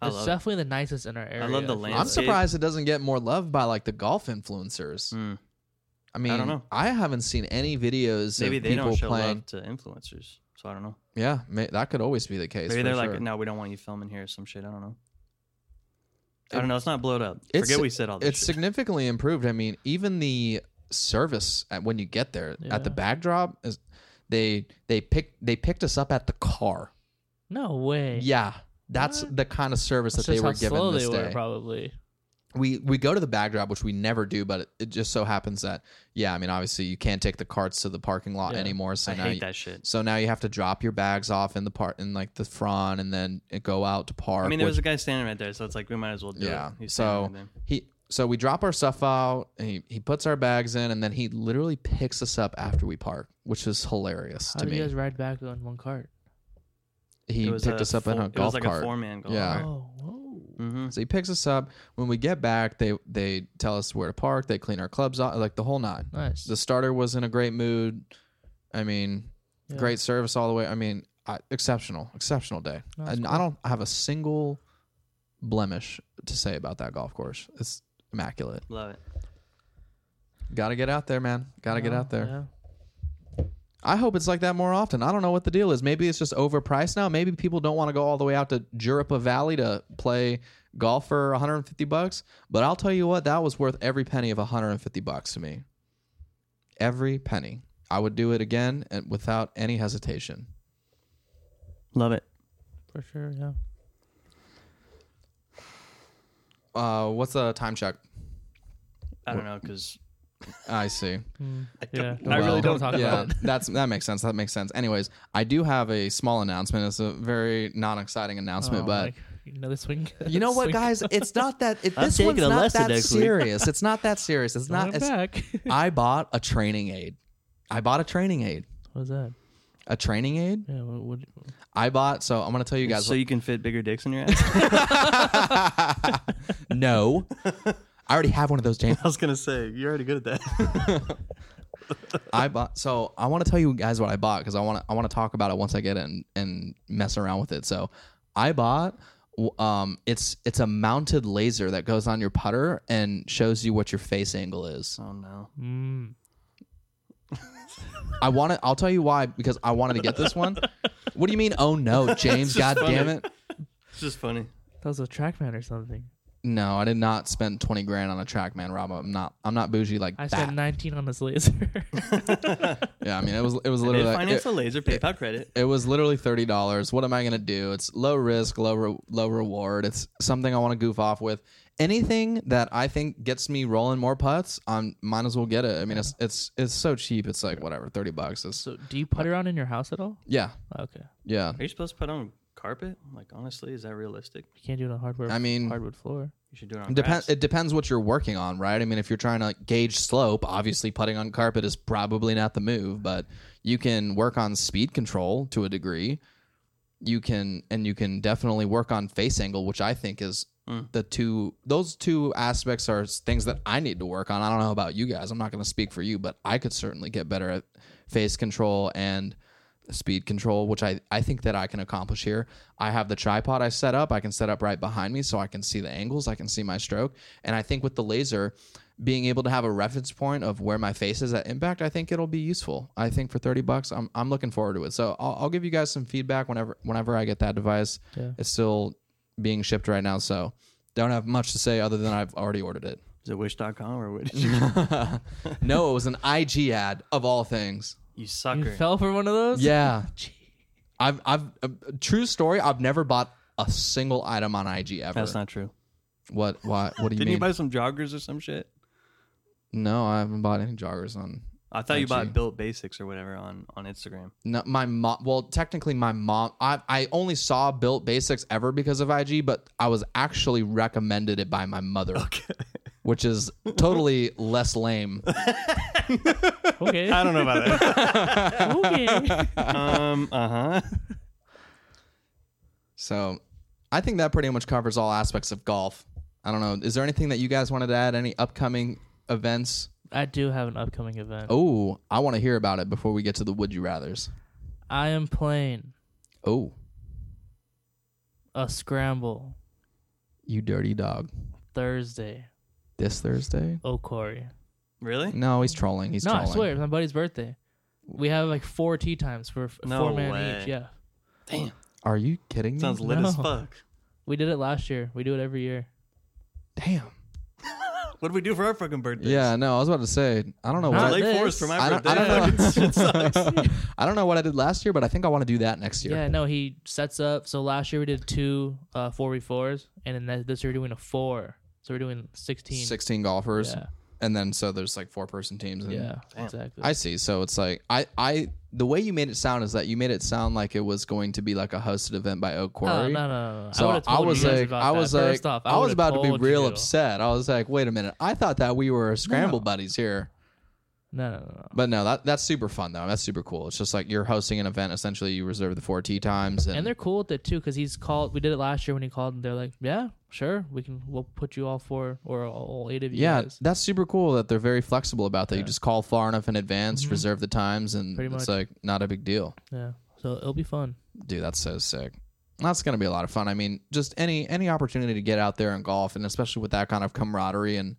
Speaker 2: I
Speaker 3: it's
Speaker 2: love it.
Speaker 3: definitely the nicest in our area.
Speaker 2: love the
Speaker 3: feel
Speaker 2: land-
Speaker 4: I'm
Speaker 2: Landscape.
Speaker 4: surprised it doesn't get more love by like the golf influencers.
Speaker 2: Mm.
Speaker 4: I mean,
Speaker 2: I don't know.
Speaker 4: I haven't seen any videos.
Speaker 2: Maybe
Speaker 4: of
Speaker 2: they
Speaker 4: people
Speaker 2: don't show
Speaker 4: playing.
Speaker 2: love to influencers. So I don't know.
Speaker 4: Yeah, may, that could always be the case.
Speaker 2: Maybe
Speaker 4: for
Speaker 2: they're
Speaker 4: sure.
Speaker 2: like, no, we don't want you filming here or some shit. I don't know. I
Speaker 4: It-
Speaker 2: don't know. It's not blowed up.
Speaker 4: It's-
Speaker 2: Forget we said all this.
Speaker 4: It's
Speaker 2: shit.
Speaker 4: significantly improved. I mean, even the service at, when you get there at the
Speaker 3: Yeah.
Speaker 4: backdrop is they they pick they picked us up at the car.
Speaker 3: No way.
Speaker 4: Yeah, that's
Speaker 3: What?
Speaker 4: the kind of service
Speaker 3: That's
Speaker 4: that they
Speaker 3: just
Speaker 4: were
Speaker 3: how slow
Speaker 4: given this
Speaker 3: they were,
Speaker 4: day.
Speaker 3: probably.
Speaker 4: we we go to the backdrop, which we never do, but it, it just so happens that yeah, I mean, obviously you can't take the carts to the parking lot
Speaker 3: Yeah.
Speaker 4: anymore. So
Speaker 2: I
Speaker 4: now
Speaker 2: hate
Speaker 4: you,
Speaker 2: that shit.
Speaker 4: So now you have to drop your bags off in the part in like the front, and then go out to park.
Speaker 2: I mean, there was
Speaker 4: which-
Speaker 2: a guy standing right there, so it's like we might as well do
Speaker 4: yeah.
Speaker 2: it. He's
Speaker 4: So
Speaker 2: standing right there.
Speaker 4: he so we drop our stuff out, and he, he puts our bags in, and then he literally picks us up after we park, which is hilarious
Speaker 3: How
Speaker 4: to
Speaker 3: did
Speaker 4: me.
Speaker 3: you guys ride back on one cart?
Speaker 4: he
Speaker 2: It was
Speaker 4: picked
Speaker 2: a
Speaker 4: us up in
Speaker 2: four-
Speaker 4: a golf
Speaker 2: It was like
Speaker 4: cart.
Speaker 2: a four man golf
Speaker 4: Yeah.
Speaker 2: yeah.
Speaker 3: Oh, whoa.
Speaker 2: Mm-hmm.
Speaker 4: So he picks us up. When we get back, they they tell us where to park. They clean our clubs out, like the whole nine.
Speaker 3: Nice.
Speaker 4: The starter was in a great mood. I mean,
Speaker 3: Yeah.
Speaker 4: great service all the way. I mean, I, exceptional, exceptional day.
Speaker 3: No, that's
Speaker 4: and I don't have a single blemish to say about that golf course. It's immaculate.
Speaker 2: Love it.
Speaker 4: Got to get out there, man. Got to get
Speaker 3: No,
Speaker 4: out there.
Speaker 3: yeah.
Speaker 4: I hope it's like that more often. I don't know what the deal is. Maybe it's just overpriced now. Maybe people don't want to go all the way out to Juripa Valley to play golf for 150 bucks. But I'll tell you what, that was worth every penny of 150 bucks to me. Every penny. I would do it again and without any hesitation.
Speaker 2: Love it.
Speaker 3: For sure, yeah.
Speaker 4: Uh, what's the time check?
Speaker 2: I don't know because
Speaker 4: I see.
Speaker 3: yeah.
Speaker 2: I really
Speaker 4: Well,
Speaker 2: don't
Speaker 3: talk
Speaker 4: yeah,
Speaker 3: about it.
Speaker 4: that's that makes sense. That makes sense. Anyways, I do have a small announcement. It's a very non-exciting announcement,
Speaker 3: Oh,
Speaker 4: but
Speaker 3: like, you know this wing.
Speaker 4: You know what,
Speaker 3: swing-
Speaker 4: guys? It's not that. It,
Speaker 2: I'm
Speaker 4: this
Speaker 2: taking
Speaker 4: one's
Speaker 2: a
Speaker 4: not
Speaker 2: lesson
Speaker 4: that
Speaker 2: next week.
Speaker 4: serious. It's not that serious. It's not.
Speaker 3: Not
Speaker 4: It's,
Speaker 3: back.
Speaker 4: I bought a training aid. I bought a training aid.
Speaker 3: What's that?
Speaker 4: A training aid.
Speaker 3: Yeah. What, what,
Speaker 4: I bought. So I'm gonna tell you guys.
Speaker 2: so you can fit bigger dicks in your ass.
Speaker 4: no, I already have one of those. James.
Speaker 2: I was gonna say you're already good at that.
Speaker 4: I bought. So I want to tell you guys what I bought because I want to. I want to talk about it once I get it and, and mess around with it. So I bought. w- Um, it's it's a mounted laser that goes on your putter and shows you what your face angle is.
Speaker 2: oh no.
Speaker 3: mm,
Speaker 4: I want to. I'll tell you why because I wanted to get this one. What do you mean? Oh no, James! God damn
Speaker 2: funny.
Speaker 4: it!
Speaker 2: It's just funny.
Speaker 3: that was a Trackman or something.
Speaker 4: No, I did not spend twenty grand on a Trackman, Rob. I'm not. I'm not bougie like
Speaker 3: I
Speaker 4: that.
Speaker 3: spent 19 on this laser.
Speaker 4: yeah, I mean it was. It was
Speaker 2: Did
Speaker 4: literally. Like,
Speaker 2: finance
Speaker 4: it,
Speaker 2: a laser PayPal credit?
Speaker 4: it was literally thirty dollars. What am I gonna do? It's low risk, low re- low reward. It's something I want to goof off with. Anything that I think gets me rolling more putts, I might as well get it. I mean, it's it's it's so cheap. It's like whatever, thirty bucks. It's
Speaker 3: so, do you put around in your house at all?
Speaker 4: yeah,
Speaker 3: Okay.
Speaker 4: yeah.
Speaker 2: Are you supposed to put on carpet? Like honestly, is that realistic?
Speaker 3: You can't do it on hardwood.
Speaker 4: I mean-
Speaker 3: hardwood floor.
Speaker 2: You should do it on
Speaker 4: Depends.
Speaker 2: grass.
Speaker 4: It depends what you're working on, right? I mean, if you're trying to gauge slope, obviously putting on carpet is probably not the move, but you can work on speed control to a degree. You can, and you can definitely work on face angle, which I think is the two. Those two aspects are s- things that I need to work on. I don't know about you guys. I'm not going to speak for you, but I could certainly get better at face control and speed control, which I, I think that I can accomplish here. I have the tripod I set up. I can set up right behind me so I can see the angles, I can see my stroke. And I think with the laser, being able to have a reference point of where my face is at impact, I think it'll be useful. I think for 30 bucks, I'm, I'm looking forward to it. So I'll, I'll give you guys some feedback whenever whenever I get that device.
Speaker 3: Yeah.
Speaker 4: It's still being shipped right now, so don't have much to say other than I've already ordered it.
Speaker 2: Is it wish.com or what? did you-
Speaker 4: No, it was an IG ad of all things.
Speaker 2: you
Speaker 3: You
Speaker 2: sucker.
Speaker 3: fell for one of those?
Speaker 4: Yeah. I've I've uh, true story. I've never bought a single item on IG ever.
Speaker 2: That's not true.
Speaker 4: what why what do you
Speaker 2: Didn't you
Speaker 4: mean?
Speaker 2: buy some joggers or some shit?
Speaker 4: no, I haven't bought any joggers on.
Speaker 2: I thought you
Speaker 4: IG.
Speaker 2: bought Built Basics or whatever on on Instagram.
Speaker 4: No, my mom. Well, technically, my mom. I I only saw Built Basics ever because of IG, but I was actually recommended it by my mother, which is totally less lame.
Speaker 3: Okay.
Speaker 2: I don't know about that.
Speaker 3: okay.
Speaker 2: um. Uh huh.
Speaker 4: So, I think that pretty much covers all aspects of golf. I don't know. Is there anything that you guys wanted to add? Any upcoming events?
Speaker 3: I do have an upcoming event.
Speaker 4: Oh, I want to hear about it before we get to the would you rather's.
Speaker 3: I am playing
Speaker 4: Oh,
Speaker 3: a scramble
Speaker 4: you dirty dog.
Speaker 3: Thursday.
Speaker 4: This Thursday?
Speaker 3: Oh, Corey.
Speaker 2: Really?
Speaker 4: No, he's trolling. He's
Speaker 3: No,
Speaker 4: trolling.
Speaker 3: I swear, it's my buddy's birthday. We have like four tea times for f-
Speaker 2: No
Speaker 3: four man
Speaker 2: way.
Speaker 3: each. Yeah.
Speaker 4: Are you kidding me?
Speaker 2: Sounds lit as
Speaker 3: No.
Speaker 2: fuck.
Speaker 3: We did it last year. We do it every year.
Speaker 4: Damn.
Speaker 2: What do we do for our fucking birthdays?
Speaker 4: Yeah, no, I was about to say. I don't know what.
Speaker 3: Not
Speaker 4: I,
Speaker 2: Lake
Speaker 3: this.
Speaker 2: Forest for my
Speaker 4: I don't-
Speaker 2: birthday.
Speaker 4: I don't know.
Speaker 2: Fucking shit sucks.
Speaker 4: I don't know what I did last year, but I think I want to do that next year.
Speaker 3: Yeah, no, he sets up. So last year we did two uh, 4v4s, and then that- this year we're doing a four. So we're doing 16.
Speaker 4: Sixteen golfers,
Speaker 3: Yeah.
Speaker 4: and then so there's like four person teams. And
Speaker 3: Yeah, exactly. Uh,
Speaker 4: I see. So it's like I, I, the way you made it sound is that you made it sound like it was going to be like a hosted event by Oak Quarry.
Speaker 3: Oh, No, no, no, no, no.
Speaker 4: So I,
Speaker 3: would've told
Speaker 4: was
Speaker 3: you guys
Speaker 4: like,
Speaker 3: about
Speaker 4: I
Speaker 3: that.
Speaker 4: was
Speaker 3: First
Speaker 4: like,
Speaker 3: off,
Speaker 4: I was
Speaker 3: would've
Speaker 4: about to be
Speaker 3: told
Speaker 4: real
Speaker 3: you.
Speaker 4: upset. I was like, wait a minute, I thought that we were a scramble buddies here.
Speaker 3: No, no, no, no.
Speaker 4: But no, that that's super fun though. That's super cool. It's just like you're hosting an event. Essentially, you reserve the four tea times, and,
Speaker 3: And they're cool with it too, because he's called. We did it last year when he called, and they're like, "Yeah, sure, we can. We'll put you all four or all eight of you."
Speaker 4: yeah,
Speaker 3: guys."
Speaker 4: that's super cool that they're very flexible about that. You just call far enough in advance, reserve the times, and
Speaker 3: Mm-hmm. Pretty
Speaker 4: it's
Speaker 3: much.
Speaker 4: like not a big deal.
Speaker 3: yeah. So it'll be fun.
Speaker 4: Dude, that's so sick. That's gonna be a lot of fun. I mean, just any any opportunity to get out there and golf, and especially with that kind of camaraderie, and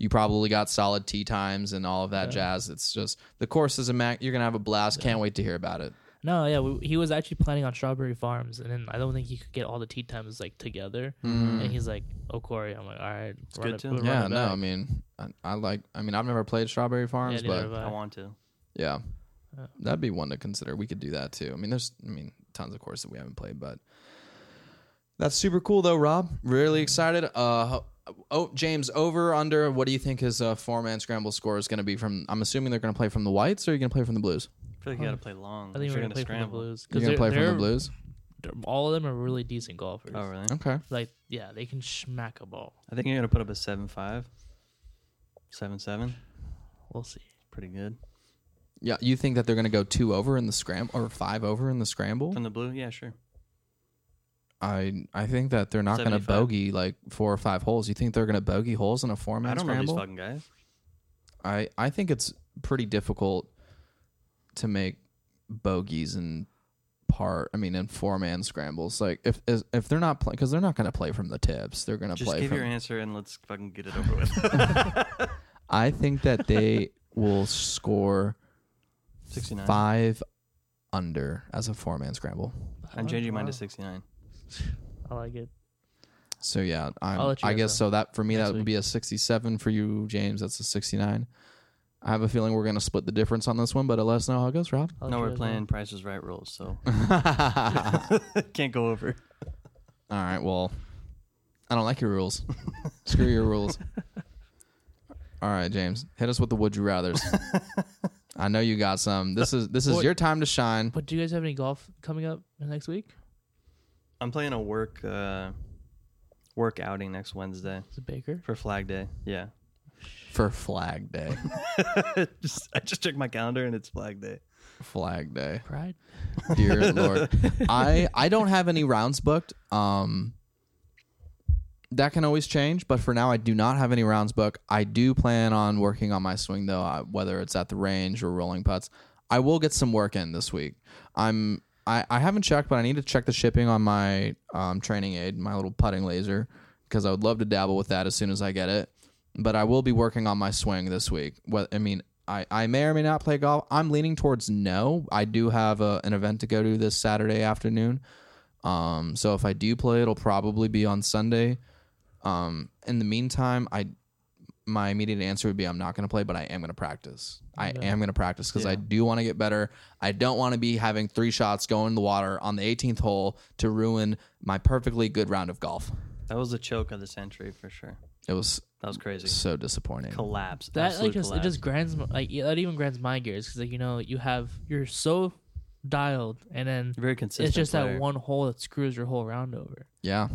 Speaker 4: you probably got solid tea times and all of that jazz. It's just the course is a mac. You're gonna have a blast. Can't wait to hear about it.
Speaker 3: No, yeah, we, he was actually planning on Strawberry Farms, and then I don't think he could get all the tea times like together. And he's like, "Oh, Corey," I'm like, "All right, it's
Speaker 2: good too.
Speaker 4: Mm-hmm. Yeah, no, I mean, I, I like. I mean, I've never played Strawberry Farms, but
Speaker 2: I want to.
Speaker 4: Yeah. That'd be one to consider. We could do that too. I mean, there's, I mean, tons of courses that we haven't played, but that's super cool though, Rob. Really excited. Uh, oh, James, over under. What do you think his uh, four man scramble score is going to be from? I'm assuming they're going to play from the whites, or are you going to play from the blues?
Speaker 2: I feel like you got to play long.
Speaker 3: I think
Speaker 2: if
Speaker 3: we're
Speaker 2: you're
Speaker 3: gonna play from the
Speaker 2: scramble.
Speaker 3: Blues
Speaker 4: You're going to play from the
Speaker 3: they're-
Speaker 4: blues.
Speaker 3: they're- All of them are really decent golfers.
Speaker 2: Oh really?
Speaker 4: Okay.
Speaker 3: Like, yeah, they can smack a ball.
Speaker 2: I think you're gonna put up a seven five, seven seven.
Speaker 3: We'll see.
Speaker 2: Pretty good
Speaker 4: Yeah. You think that they're going to go two over in the scramble or five over in the scramble?
Speaker 2: from the blue. Yeah, sure.
Speaker 4: I I think that they're not going to
Speaker 2: 75.
Speaker 4: bogey like four or five holes. You think they're going to bogey holes in a four
Speaker 2: I
Speaker 4: man
Speaker 2: don't
Speaker 4: scramble?
Speaker 2: know these fucking guys.
Speaker 4: I I think it's pretty difficult to make bogeys and part. I mean, in four man scrambles, like if is- if they're not playing because they're not going to play from the tips, they're going to
Speaker 2: Just
Speaker 4: play.
Speaker 2: give
Speaker 4: from,
Speaker 2: your answer and let's fucking get it over with.
Speaker 4: I think that they will score
Speaker 2: Sixty nine.
Speaker 4: five under as a four man scramble.
Speaker 2: I'm changing mine to
Speaker 3: Wow.
Speaker 2: sixty nine.
Speaker 3: I like it.
Speaker 4: So yeah,
Speaker 3: I'll
Speaker 4: I'm,
Speaker 3: let you
Speaker 4: I
Speaker 3: guys
Speaker 4: guess
Speaker 3: know
Speaker 4: so. That for me,
Speaker 3: next
Speaker 4: that would
Speaker 3: week.
Speaker 4: be a 67 for you, James. That's a 69. I have a feeling we're going to split the difference on this one, but uh, let us know how it goes, Rob.
Speaker 3: I'll let
Speaker 2: No,
Speaker 3: you
Speaker 2: we're
Speaker 3: guys know.
Speaker 2: playing Price is Right rules, so
Speaker 4: All
Speaker 2: can't go over.
Speaker 4: right, well, I don't like your rules. Screw your rules. All right, James, hit us with the would you rather's. I know you got some. This is this is
Speaker 3: What-
Speaker 4: your time to shine.
Speaker 3: But do you guys have any golf coming up next week?
Speaker 2: I'm playing a work uh, work outing next Wednesday
Speaker 3: Is it Baker?
Speaker 2: for Flag Day. Yeah,
Speaker 4: for Flag Day.
Speaker 2: just, I just checked my calendar and it's Flag Day.
Speaker 4: Flag Day.
Speaker 3: Pride.
Speaker 4: Dear Lord. I I don't have any rounds booked. Um that can always change, but for now I do not have any rounds booked. I do plan on working on my swing though, uh, whether it's at the range or rolling putts. I will get some work in this week. I'm I, I haven't checked, but I need to check the shipping on my um, training aid, my little putting laser, because I would love to dabble with that as soon as I get it. But I will be working on my swing this week. What I mean, I, I may or may not play golf. I'm leaning towards no. I do have a, an event to go to this Saturday afternoon. Um, so if I do play, it'll probably be on Sunday. Um, in the meantime, I my immediate answer would be I'm not going to play, but I am going to practice. I am going to practice because I do want to get better. I don't want to be having three shots go in the water on the 18th hole to ruin my perfectly good round of golf.
Speaker 2: That was the choke of the century for sure.
Speaker 4: It was
Speaker 2: That was crazy.
Speaker 4: so disappointing.
Speaker 2: Collapse.
Speaker 3: That
Speaker 2: absolute
Speaker 3: like just
Speaker 2: collapse.
Speaker 3: it just grinds my, like yeah, that even grinds my gears because like you know you have you're so dialed and then
Speaker 2: very consistent.
Speaker 3: it's just
Speaker 2: player.
Speaker 3: that one hole that screws your whole round over.
Speaker 4: Yeah.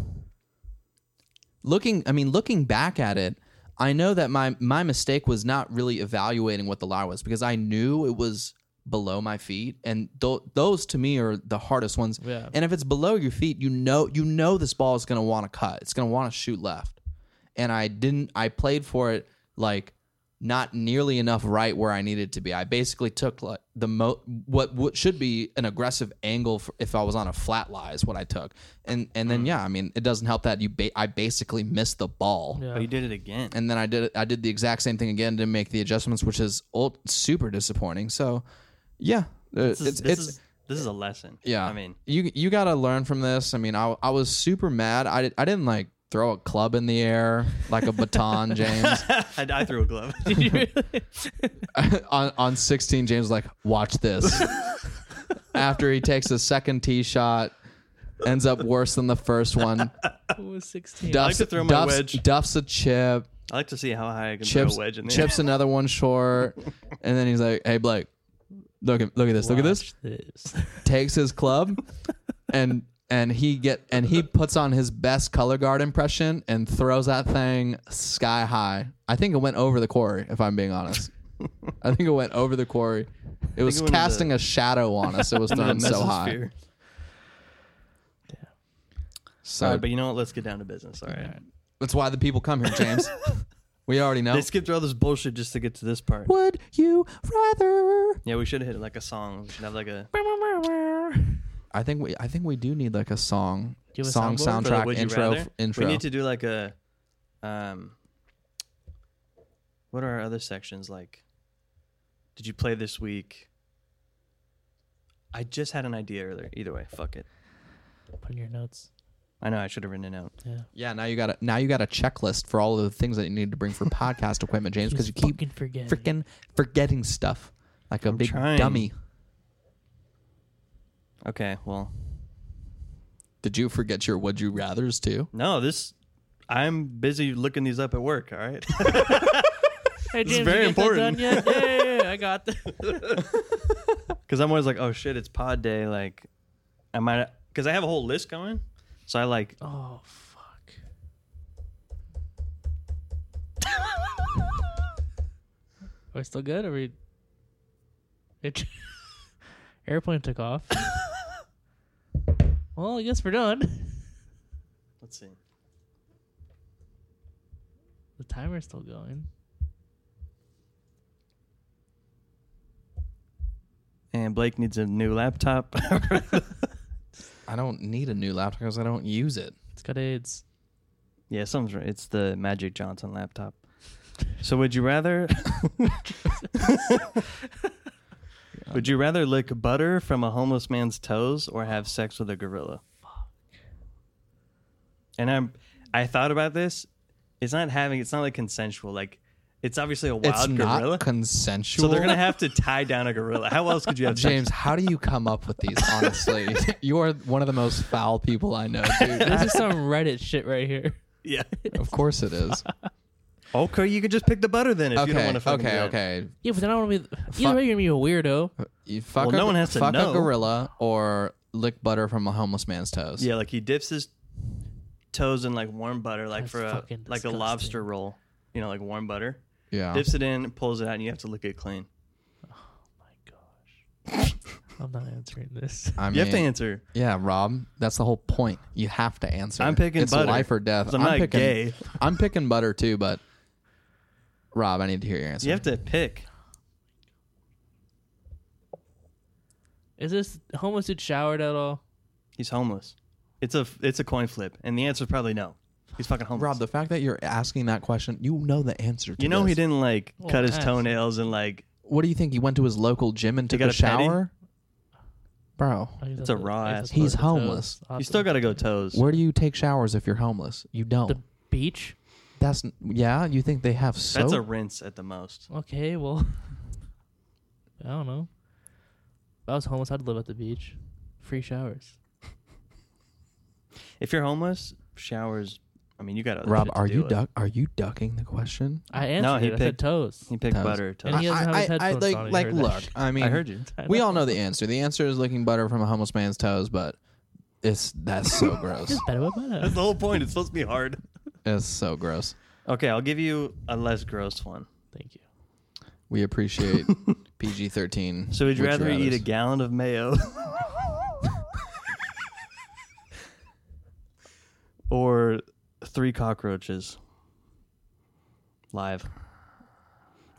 Speaker 4: Looking, I mean, looking back at it, I know that my my mistake was not really evaluating what the lie was because I knew it was below my feet, and th- those to me are the hardest ones.
Speaker 3: Yeah.
Speaker 4: And if it's below your feet, you know you know this ball is going to want to cut. It's going to want to shoot left. And I didn't. I played for it like not nearly enough right where I needed to be. I basically took like the mo what what should be an aggressive angle for if I was on a flat lie is what I took. And and
Speaker 2: Mm.
Speaker 4: then yeah, I mean it doesn't help that you ba- I basically missed the ball.
Speaker 2: But you did it again.
Speaker 4: And then I did it. I did the exact same thing again to make the adjustments, which is old, super disappointing. So yeah, uh,
Speaker 2: this is,
Speaker 4: it's
Speaker 2: this,
Speaker 4: it's
Speaker 2: is, this is a lesson.
Speaker 4: yeah.
Speaker 2: I mean,
Speaker 4: you you got to learn from this. I mean, I I was super mad. I I didn't like throw a club in the air like a baton, James.
Speaker 2: I, I threw a glove.
Speaker 4: on on 16 James was like watch this after he takes a second tee shot ends up worse than the first one
Speaker 3: Who was sixteen?
Speaker 4: duffs,
Speaker 2: to throw my
Speaker 4: duffs-
Speaker 2: wedge.
Speaker 4: duffs a chip
Speaker 2: I like to see how high I can
Speaker 4: chips
Speaker 2: throw a wedge in there.
Speaker 4: chips another one short and then he's like hey Blake look at look at this look at this
Speaker 3: Watch this.
Speaker 4: takes his club and and he get and he puts on his best color guard impression and throws that thing sky high I think it went over the quarry if I'm being honest I think it went over the quarry. It was
Speaker 2: it went into
Speaker 4: casting a shadow on us. It was thrown so high.
Speaker 2: Mesosphere.
Speaker 4: So
Speaker 2: All right, but you know what? Let's get down to business. All right.
Speaker 4: that's why the people come here, James. we already know.
Speaker 2: They skipped through all this bullshit just to get to this part.
Speaker 4: Would you rather?
Speaker 2: Yeah, we should have hit like a song. We should have like a
Speaker 4: I think we I think we do need like a song,
Speaker 3: Do you have a soundboard?
Speaker 4: song
Speaker 2: for the
Speaker 4: soundtrack
Speaker 2: would you
Speaker 4: intro
Speaker 2: rather.
Speaker 4: f- intro.
Speaker 2: We need to do like a um what are our other sections like? Did you play this week? I just had an idea earlier. Either way, fuck it.
Speaker 3: Put in your notes.
Speaker 2: I know I should have written it out.
Speaker 3: Yeah.
Speaker 4: yeah, now you got a now you got a checklist for all of the things that you need to bring for podcast equipment, James, because you keep
Speaker 3: fucking forgetting.
Speaker 4: freaking forgetting stuff like a big
Speaker 2: trying.
Speaker 4: dummy.
Speaker 2: Okay, well,
Speaker 4: Did you forget your would you rather's too?
Speaker 2: no, this I'm busy looking these up at work, all right?
Speaker 3: Hey,
Speaker 2: is
Speaker 3: James,
Speaker 2: very
Speaker 3: you get that
Speaker 2: important.
Speaker 3: done yet? Yeah, yeah, yeah, I got that.
Speaker 2: Because I'm always like, oh shit, it's pod day. Like, I might, because I have a whole list going. So I like,
Speaker 3: Oh fuck. Are we still good? Are we? It... Airplane took off. well, I guess we're done.
Speaker 2: let's see.
Speaker 3: The timer's still going.
Speaker 2: And Blake needs a new laptop.
Speaker 4: I don't need a new laptop because I don't use it.
Speaker 3: It's got AIDS.
Speaker 2: yeah, something's right. It's the Magic Johnson laptop. So would you rather? would you rather lick butter from a homeless man's toes or have sex with a gorilla? And I'm, I thought about this. It's not having. It's not like consensual. Like, it's obviously a wild
Speaker 4: it's not
Speaker 2: gorilla.
Speaker 4: consensual.
Speaker 2: So they're gonna have to tie down a gorilla. How else could you have
Speaker 4: James,
Speaker 2: James?
Speaker 4: how do you come up with these? Honestly, you are one of the most foul people I know, dude.
Speaker 3: This is some Reddit shit right here.
Speaker 2: Yeah.
Speaker 4: of course it is.
Speaker 2: Okay, you could just pick the butter then if you don't
Speaker 4: Okay,
Speaker 2: want to.
Speaker 4: okay, okay.
Speaker 3: Yeah, but then I want to be.
Speaker 4: Fuck.
Speaker 3: Either way, you're gonna be a weirdo.
Speaker 4: You fuck
Speaker 2: Well,
Speaker 4: a,
Speaker 2: no one has to
Speaker 4: fuck
Speaker 2: know.
Speaker 4: a gorilla or lick butter from a homeless man's toes.
Speaker 2: Yeah, like he dips his toes in like warm butter, like
Speaker 3: That's
Speaker 2: for a
Speaker 3: fucking
Speaker 2: like a
Speaker 3: disgusting.
Speaker 2: lobster roll. You know, like warm butter.
Speaker 4: yeah.
Speaker 2: Dips it in, pulls it out, and you have to lick it clean.
Speaker 3: I'm not answering this.
Speaker 4: I mean,
Speaker 2: you have to answer.
Speaker 4: Yeah, Rob, that's the whole point. You have to answer.
Speaker 2: I'm picking
Speaker 4: it's
Speaker 2: butter,
Speaker 4: life or death.
Speaker 2: 'cause I'm not
Speaker 4: picking,
Speaker 2: gay.
Speaker 4: I'm picking butter too, but Rob, I need to hear your answer.
Speaker 2: You have to pick.
Speaker 3: Is this homeless dude showered at all?
Speaker 2: He's homeless. It's a it's a coin flip, and the answer is probably no. He's fucking homeless.
Speaker 4: Rob, the fact that you're asking that question, you know the answer. To
Speaker 2: you know he
Speaker 4: this.
Speaker 2: didn't like cut his
Speaker 3: ass.
Speaker 2: toenails and like
Speaker 4: What do you think? He went to his local gym and took
Speaker 2: got
Speaker 4: a
Speaker 2: a petty?
Speaker 4: shower, bro.
Speaker 3: I guess
Speaker 2: It's a
Speaker 3: that's-
Speaker 2: raw
Speaker 3: I guess
Speaker 2: ass
Speaker 3: that's
Speaker 4: He's
Speaker 3: the toes.
Speaker 4: homeless.
Speaker 3: I'll have
Speaker 2: you
Speaker 3: to-
Speaker 2: still got to go toes.
Speaker 4: Where do you take showers if you're homeless? You don't.
Speaker 3: the beach.
Speaker 4: That's yeah. You think they have soap?
Speaker 2: That's a rinse at the most.
Speaker 3: Okay, well, I don't know. If I was homeless, I'd live at the beach. Free showers.
Speaker 2: If you're homeless, showers. I mean, you got to.
Speaker 4: Rob, are you
Speaker 2: duck?
Speaker 4: duck? Are you ducking the question?
Speaker 3: I answered
Speaker 2: No, he
Speaker 3: it. I said
Speaker 2: picked-
Speaker 3: toes.
Speaker 2: He picked
Speaker 4: Toes.
Speaker 2: butter.
Speaker 3: And he
Speaker 2: toast.
Speaker 3: has- doesn't have his headphones
Speaker 4: like,
Speaker 3: on, I
Speaker 4: like,
Speaker 3: heard that
Speaker 4: look.
Speaker 3: shit.
Speaker 4: I mean,
Speaker 2: I heard you.
Speaker 4: we all know the answer. The answer is licking butter from a homeless man's toes, but it's that's so gross.
Speaker 3: Better with better.
Speaker 2: That's the whole point. It's supposed to be hard.
Speaker 4: It's so gross.
Speaker 2: Okay, I'll give you a less gross one.
Speaker 3: Thank you.
Speaker 4: We appreciate PG thirteen.
Speaker 2: So, would you rather eat a gallon of mayo or three cockroaches live?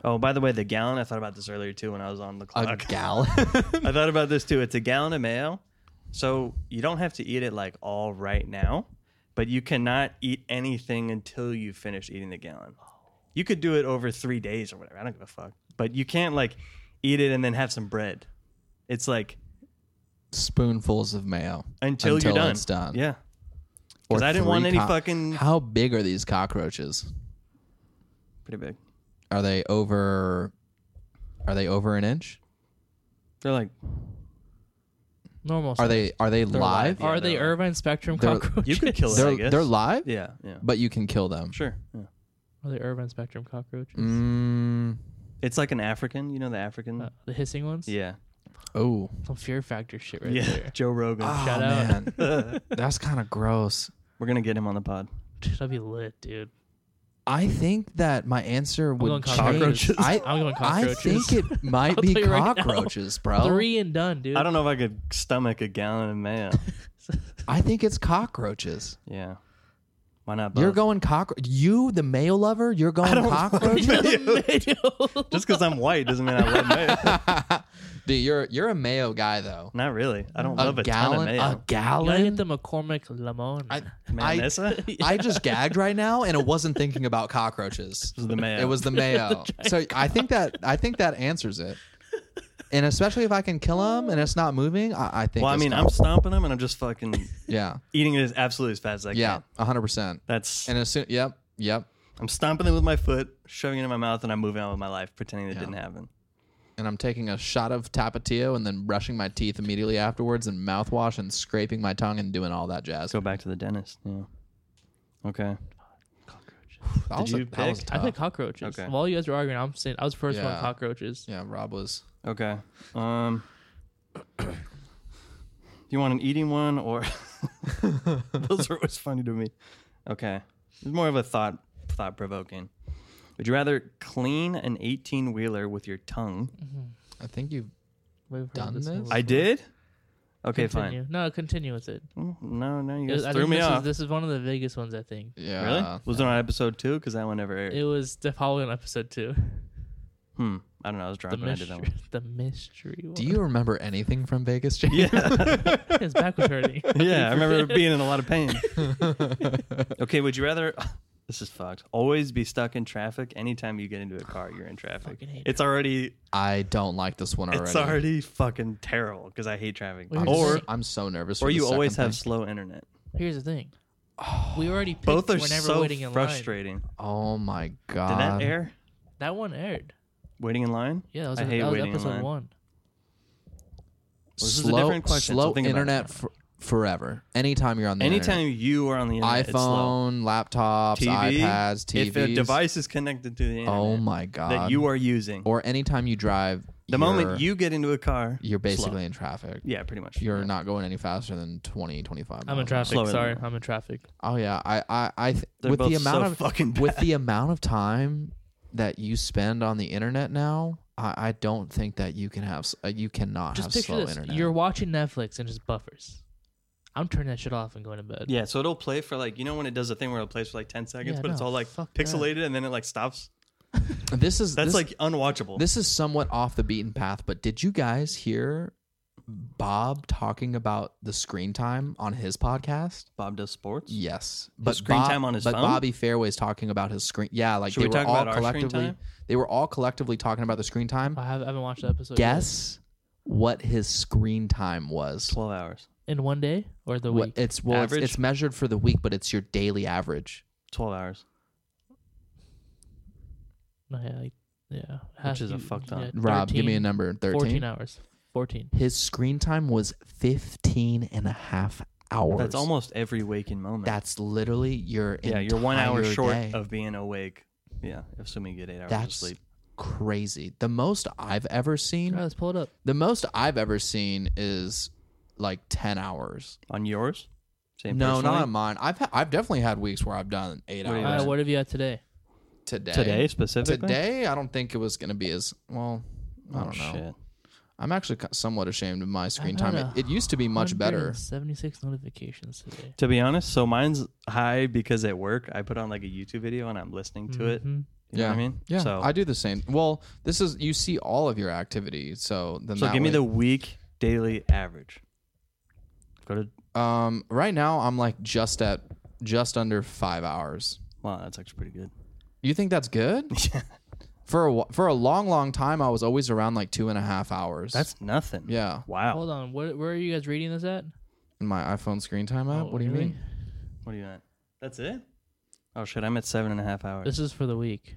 Speaker 2: Oh, by the way, the gallon. I thought about this earlier too when I was on the
Speaker 4: a
Speaker 2: clock.
Speaker 4: gallon?
Speaker 2: I thought about this too. It's a gallon of mayo. So you don't have to eat it like all right now, but you cannot eat anything until you finish eating the gallon. You could do it over three days or whatever. I don't give a fuck. But you can't like eat it and then have some bread. It's like
Speaker 4: Spoonfuls of mayo
Speaker 2: until, you're done.
Speaker 4: It's done.
Speaker 2: Yeah.
Speaker 4: Or
Speaker 2: 'Cause I didn't
Speaker 4: three
Speaker 2: want any
Speaker 4: co-
Speaker 2: fucking-
Speaker 4: How big are these cockroaches?
Speaker 2: Pretty big.
Speaker 4: Are they over? Are they over an inch?
Speaker 2: They're like
Speaker 3: Normal.
Speaker 4: Are
Speaker 3: size.
Speaker 4: they are they live?
Speaker 2: live, yeah.
Speaker 3: Are they
Speaker 2: they're-
Speaker 3: Irvine Spectrum
Speaker 4: They're-
Speaker 3: cockroaches?
Speaker 2: you could kill it. I
Speaker 4: They're
Speaker 2: guess.
Speaker 4: they're live,
Speaker 2: Yeah. Yeah.
Speaker 4: but you can kill them.
Speaker 2: Sure. Yeah.
Speaker 3: Are they Irvine Spectrum cockroaches?
Speaker 4: Mm,
Speaker 2: It's like an African, you know the African?
Speaker 3: Uh, the hissing ones.
Speaker 2: yeah.
Speaker 4: oh,
Speaker 3: Some Fear Factor shit right
Speaker 2: Yeah.
Speaker 3: there.
Speaker 2: Joe Rogan.
Speaker 4: Oh,
Speaker 3: Shout out.
Speaker 4: man. that's kind of gross.
Speaker 2: We're gonna get him on the pod.
Speaker 3: Dude, that'd be lit, dude.
Speaker 4: I think that my answer
Speaker 3: going
Speaker 4: would change.
Speaker 3: cockroaches.
Speaker 4: I,
Speaker 3: I'm going
Speaker 4: I
Speaker 3: cockroaches.
Speaker 4: think it might
Speaker 3: I'll
Speaker 4: be
Speaker 3: tell you right now.
Speaker 4: cockroaches, bro.
Speaker 3: Three and done, dude.
Speaker 2: I don't know if I could stomach a gallon of mayo.
Speaker 4: I think it's cockroaches.
Speaker 2: yeah. Why not both?
Speaker 4: You're going cockroach. You, the mayo lover, you're going cockroaches.
Speaker 3: know.
Speaker 2: Just because I'm white doesn't mean I love mayo.
Speaker 4: Dude, you're you're a mayo guy though.
Speaker 2: not really. I don't
Speaker 4: A
Speaker 2: love a
Speaker 4: gallon,
Speaker 2: ton of
Speaker 4: a
Speaker 2: mayo.
Speaker 3: You gotta get
Speaker 4: gallon.
Speaker 3: the McCormick Lemon.
Speaker 4: I, I,
Speaker 2: Mayonnaise?
Speaker 4: I just gagged right now, and it wasn't thinking about cockroaches.
Speaker 2: This is the mayo.
Speaker 4: It was the mayo. so I think that I think that answers it. And especially if I can kill them and it's not moving, I, I think.
Speaker 2: Well, I
Speaker 4: it's
Speaker 2: mean,
Speaker 4: not-
Speaker 2: I'm stomping them and I'm just fucking
Speaker 4: yeah,
Speaker 2: eating it as absolutely as fast as I
Speaker 4: yeah,
Speaker 2: can.
Speaker 4: hundred percent.
Speaker 2: That's
Speaker 4: And as soon, yep, yep.
Speaker 2: I'm stomping it with my foot, shoving it in my mouth, and I'm moving on with my life, pretending it
Speaker 4: Yeah.
Speaker 2: didn't happen.
Speaker 4: And I'm taking a shot of Tapatio and then brushing my teeth immediately afterwards and mouthwash and scraping my tongue and doing all that jazz.
Speaker 2: Let's go back to the dentist. Yeah. Okay.
Speaker 4: that
Speaker 2: did
Speaker 4: was,
Speaker 2: you
Speaker 4: a, that was
Speaker 2: pick?
Speaker 4: tough.
Speaker 3: I think cockroaches.
Speaker 2: oh, Okay.
Speaker 3: While you guys were arguing, I'm saying I was first one
Speaker 4: Yeah.
Speaker 3: cockroaches.
Speaker 4: yeah, Rob was.
Speaker 2: Okay. Um. Do you want an eating one or? Those are always funny to me. Okay, it's more of a thought thought provoking. Would you rather clean an eighteen wheeler with your tongue?
Speaker 4: I think you.
Speaker 3: Mm-hmm. We've heard
Speaker 4: Done
Speaker 3: this
Speaker 4: this?
Speaker 3: one
Speaker 2: I
Speaker 3: before.
Speaker 2: did. Okay,
Speaker 3: Continue. No, continue with it.
Speaker 2: fine. Mm, No, no, you
Speaker 3: It was-
Speaker 2: guys
Speaker 3: I
Speaker 2: threw
Speaker 3: think
Speaker 2: me
Speaker 3: this,
Speaker 2: off.
Speaker 3: Is, this is one of the biggest ones, I think.
Speaker 4: Yeah.
Speaker 2: really? was it on episode two? Because that one never aired.
Speaker 3: It was the following episode two.
Speaker 2: hmm. I don't know. I was drunk
Speaker 3: The
Speaker 2: when I did that
Speaker 3: mystery,
Speaker 2: one.
Speaker 3: the mystery. One.
Speaker 4: Do you remember anything from Vegas, Jake?
Speaker 2: Yeah.
Speaker 3: His back was hurting.
Speaker 2: yeah, I remember being in a lot of pain. okay, would you rather? This is fucked. Always be stuck in traffic. Anytime you get into a car, you're in traffic.
Speaker 3: Fucking hate
Speaker 2: It's already,
Speaker 4: I don't like this one already.
Speaker 2: it's already fucking terrible because I hate traffic.
Speaker 3: Wait,
Speaker 4: I'm
Speaker 2: Or
Speaker 4: s- I'm so nervous.
Speaker 2: or
Speaker 4: for the
Speaker 2: you always
Speaker 4: second
Speaker 2: have
Speaker 4: thing.
Speaker 2: slow internet.
Speaker 3: Here's the thing. We already picked
Speaker 2: Both are
Speaker 3: we're never
Speaker 2: so
Speaker 3: waiting in line.
Speaker 2: frustrating.
Speaker 4: Oh my god!
Speaker 2: Did that air?
Speaker 3: That one aired.
Speaker 2: Waiting in line?
Speaker 3: Yeah, that was,
Speaker 2: I
Speaker 3: that
Speaker 2: hate
Speaker 3: was
Speaker 2: waiting in
Speaker 3: episode
Speaker 2: line.
Speaker 3: one.
Speaker 2: Well, this is a
Speaker 4: slow,
Speaker 2: different question, so
Speaker 4: Slow
Speaker 2: think about it.
Speaker 4: internet for, forever. Anytime you're on the
Speaker 2: Anytime you are on the internet,
Speaker 4: internet.
Speaker 2: it's slow.
Speaker 4: iPhone, laptops,
Speaker 2: TV,
Speaker 4: iPads, TVs.
Speaker 2: If a device is connected to the internet
Speaker 4: oh my god!
Speaker 2: that you are using,
Speaker 4: or anytime you drive,
Speaker 2: the
Speaker 4: you're-
Speaker 2: moment you get into a car,
Speaker 4: you're basically
Speaker 2: slow.
Speaker 4: in traffic.
Speaker 2: yeah, pretty much.
Speaker 4: You're not going any faster than 20, 25.
Speaker 3: I'm
Speaker 4: miles
Speaker 3: in
Speaker 4: an
Speaker 3: traffic.
Speaker 2: Slower than
Speaker 3: Sorry,
Speaker 2: that.
Speaker 3: I'm in traffic.
Speaker 4: hour. Oh yeah, I, I, I th-
Speaker 2: They're
Speaker 4: with the
Speaker 2: both so
Speaker 4: amount of
Speaker 2: fucking
Speaker 4: with
Speaker 2: bad.
Speaker 4: the amount of time that you spend on the internet now, I, I don't think that you can have s- uh, you cannot
Speaker 3: Just
Speaker 4: have
Speaker 3: picture
Speaker 4: slow
Speaker 3: this:
Speaker 4: internet.
Speaker 3: you're watching Netflix and just buffers. I'm turning that shit off and going to bed.
Speaker 2: Yeah, so it'll play for like you know when it does the thing where it'll play for like ten seconds,
Speaker 3: Yeah,
Speaker 2: but it's
Speaker 3: no,
Speaker 2: all like
Speaker 3: fuck that.
Speaker 2: pixelated and then it like stops.
Speaker 4: this is
Speaker 2: That's
Speaker 4: this-
Speaker 2: like unwatchable.
Speaker 4: This is somewhat off the beaten path, but did you guys hear Bob talking about the screen time on his podcast?
Speaker 2: Bob does sports.
Speaker 4: Yes, but
Speaker 2: screen
Speaker 4: Bob-
Speaker 2: time on his
Speaker 4: but
Speaker 2: phone?
Speaker 4: Bobby Fairway's talking about his screen. Yeah, like
Speaker 2: Should
Speaker 4: they
Speaker 2: we
Speaker 4: were
Speaker 2: talk
Speaker 4: all
Speaker 2: about our screen
Speaker 4: collectively.
Speaker 2: time?
Speaker 4: They were all collectively talking about the screen time.
Speaker 3: I, have, I haven't watched the episode. yet.
Speaker 4: Guess what his screen time was?
Speaker 2: Twelve hours.
Speaker 3: in one day or the
Speaker 4: What,
Speaker 3: week.
Speaker 4: it's well, it's,
Speaker 2: Average?
Speaker 4: it's measured for the week, but it's your daily average.
Speaker 2: Twelve hours.
Speaker 3: No, Oh, yeah, like, yeah,
Speaker 2: Which is a fuck ton.
Speaker 4: Rob, give me a
Speaker 3: 13,
Speaker 4: number.
Speaker 3: 14
Speaker 4: Thirteen.
Speaker 3: hours. 14.
Speaker 4: His screen time was 15 and a half hours.
Speaker 2: That's almost every waking moment.
Speaker 4: That's literally your
Speaker 2: yeah, you're one hour
Speaker 4: entire
Speaker 2: short
Speaker 4: day.
Speaker 2: of being awake. Yeah, assuming you get eight hours of
Speaker 4: That's
Speaker 2: sleep.
Speaker 4: crazy. The most I've ever
Speaker 3: All right,
Speaker 4: seen.
Speaker 3: let's pull it up.
Speaker 4: The most I've ever seen is like ten hours.
Speaker 2: On yours? Same
Speaker 4: no,
Speaker 2: personally?
Speaker 4: not on mine. I've ha- I've definitely had weeks where I've done eight
Speaker 2: What do you
Speaker 4: hours
Speaker 3: All right, what have you had today?
Speaker 4: today.
Speaker 2: uh, today specifically. Oh,
Speaker 4: today. I don't think it was gonna be as well. I don't know.
Speaker 2: Shit.
Speaker 4: I'm actually ki- somewhat ashamed of my screen
Speaker 3: had
Speaker 4: time.
Speaker 3: a
Speaker 4: It, it used to be much better.
Speaker 3: 76 notifications today.
Speaker 2: To be honest, so mine's high because at work I put on like a YouTube video and I'm listening to it.
Speaker 3: Mm-hmm.
Speaker 2: You know
Speaker 4: Mm-hmm. yeah,
Speaker 2: what I mean?
Speaker 4: yeah.
Speaker 2: So,
Speaker 4: I do the same. Well, this is you see all of your activity. So then
Speaker 2: so
Speaker 4: that
Speaker 2: give me
Speaker 4: way-
Speaker 2: the week daily average. Go to
Speaker 4: Um, right now I'm like just at just under five hours.
Speaker 2: wow, that's actually pretty good.
Speaker 4: You think that's good? For a wh- for a long, long time, I was always around like two and a half hours.
Speaker 2: That's nothing.
Speaker 4: yeah.
Speaker 2: Wow.
Speaker 3: Hold on. Where, where are you guys reading this at?
Speaker 4: In my iPhone screen time app.
Speaker 3: Oh,
Speaker 4: what do you
Speaker 3: really?
Speaker 4: mean?
Speaker 2: What are you at? That's it? Oh shit, I'm at seven and a half hours.
Speaker 3: This is for the week.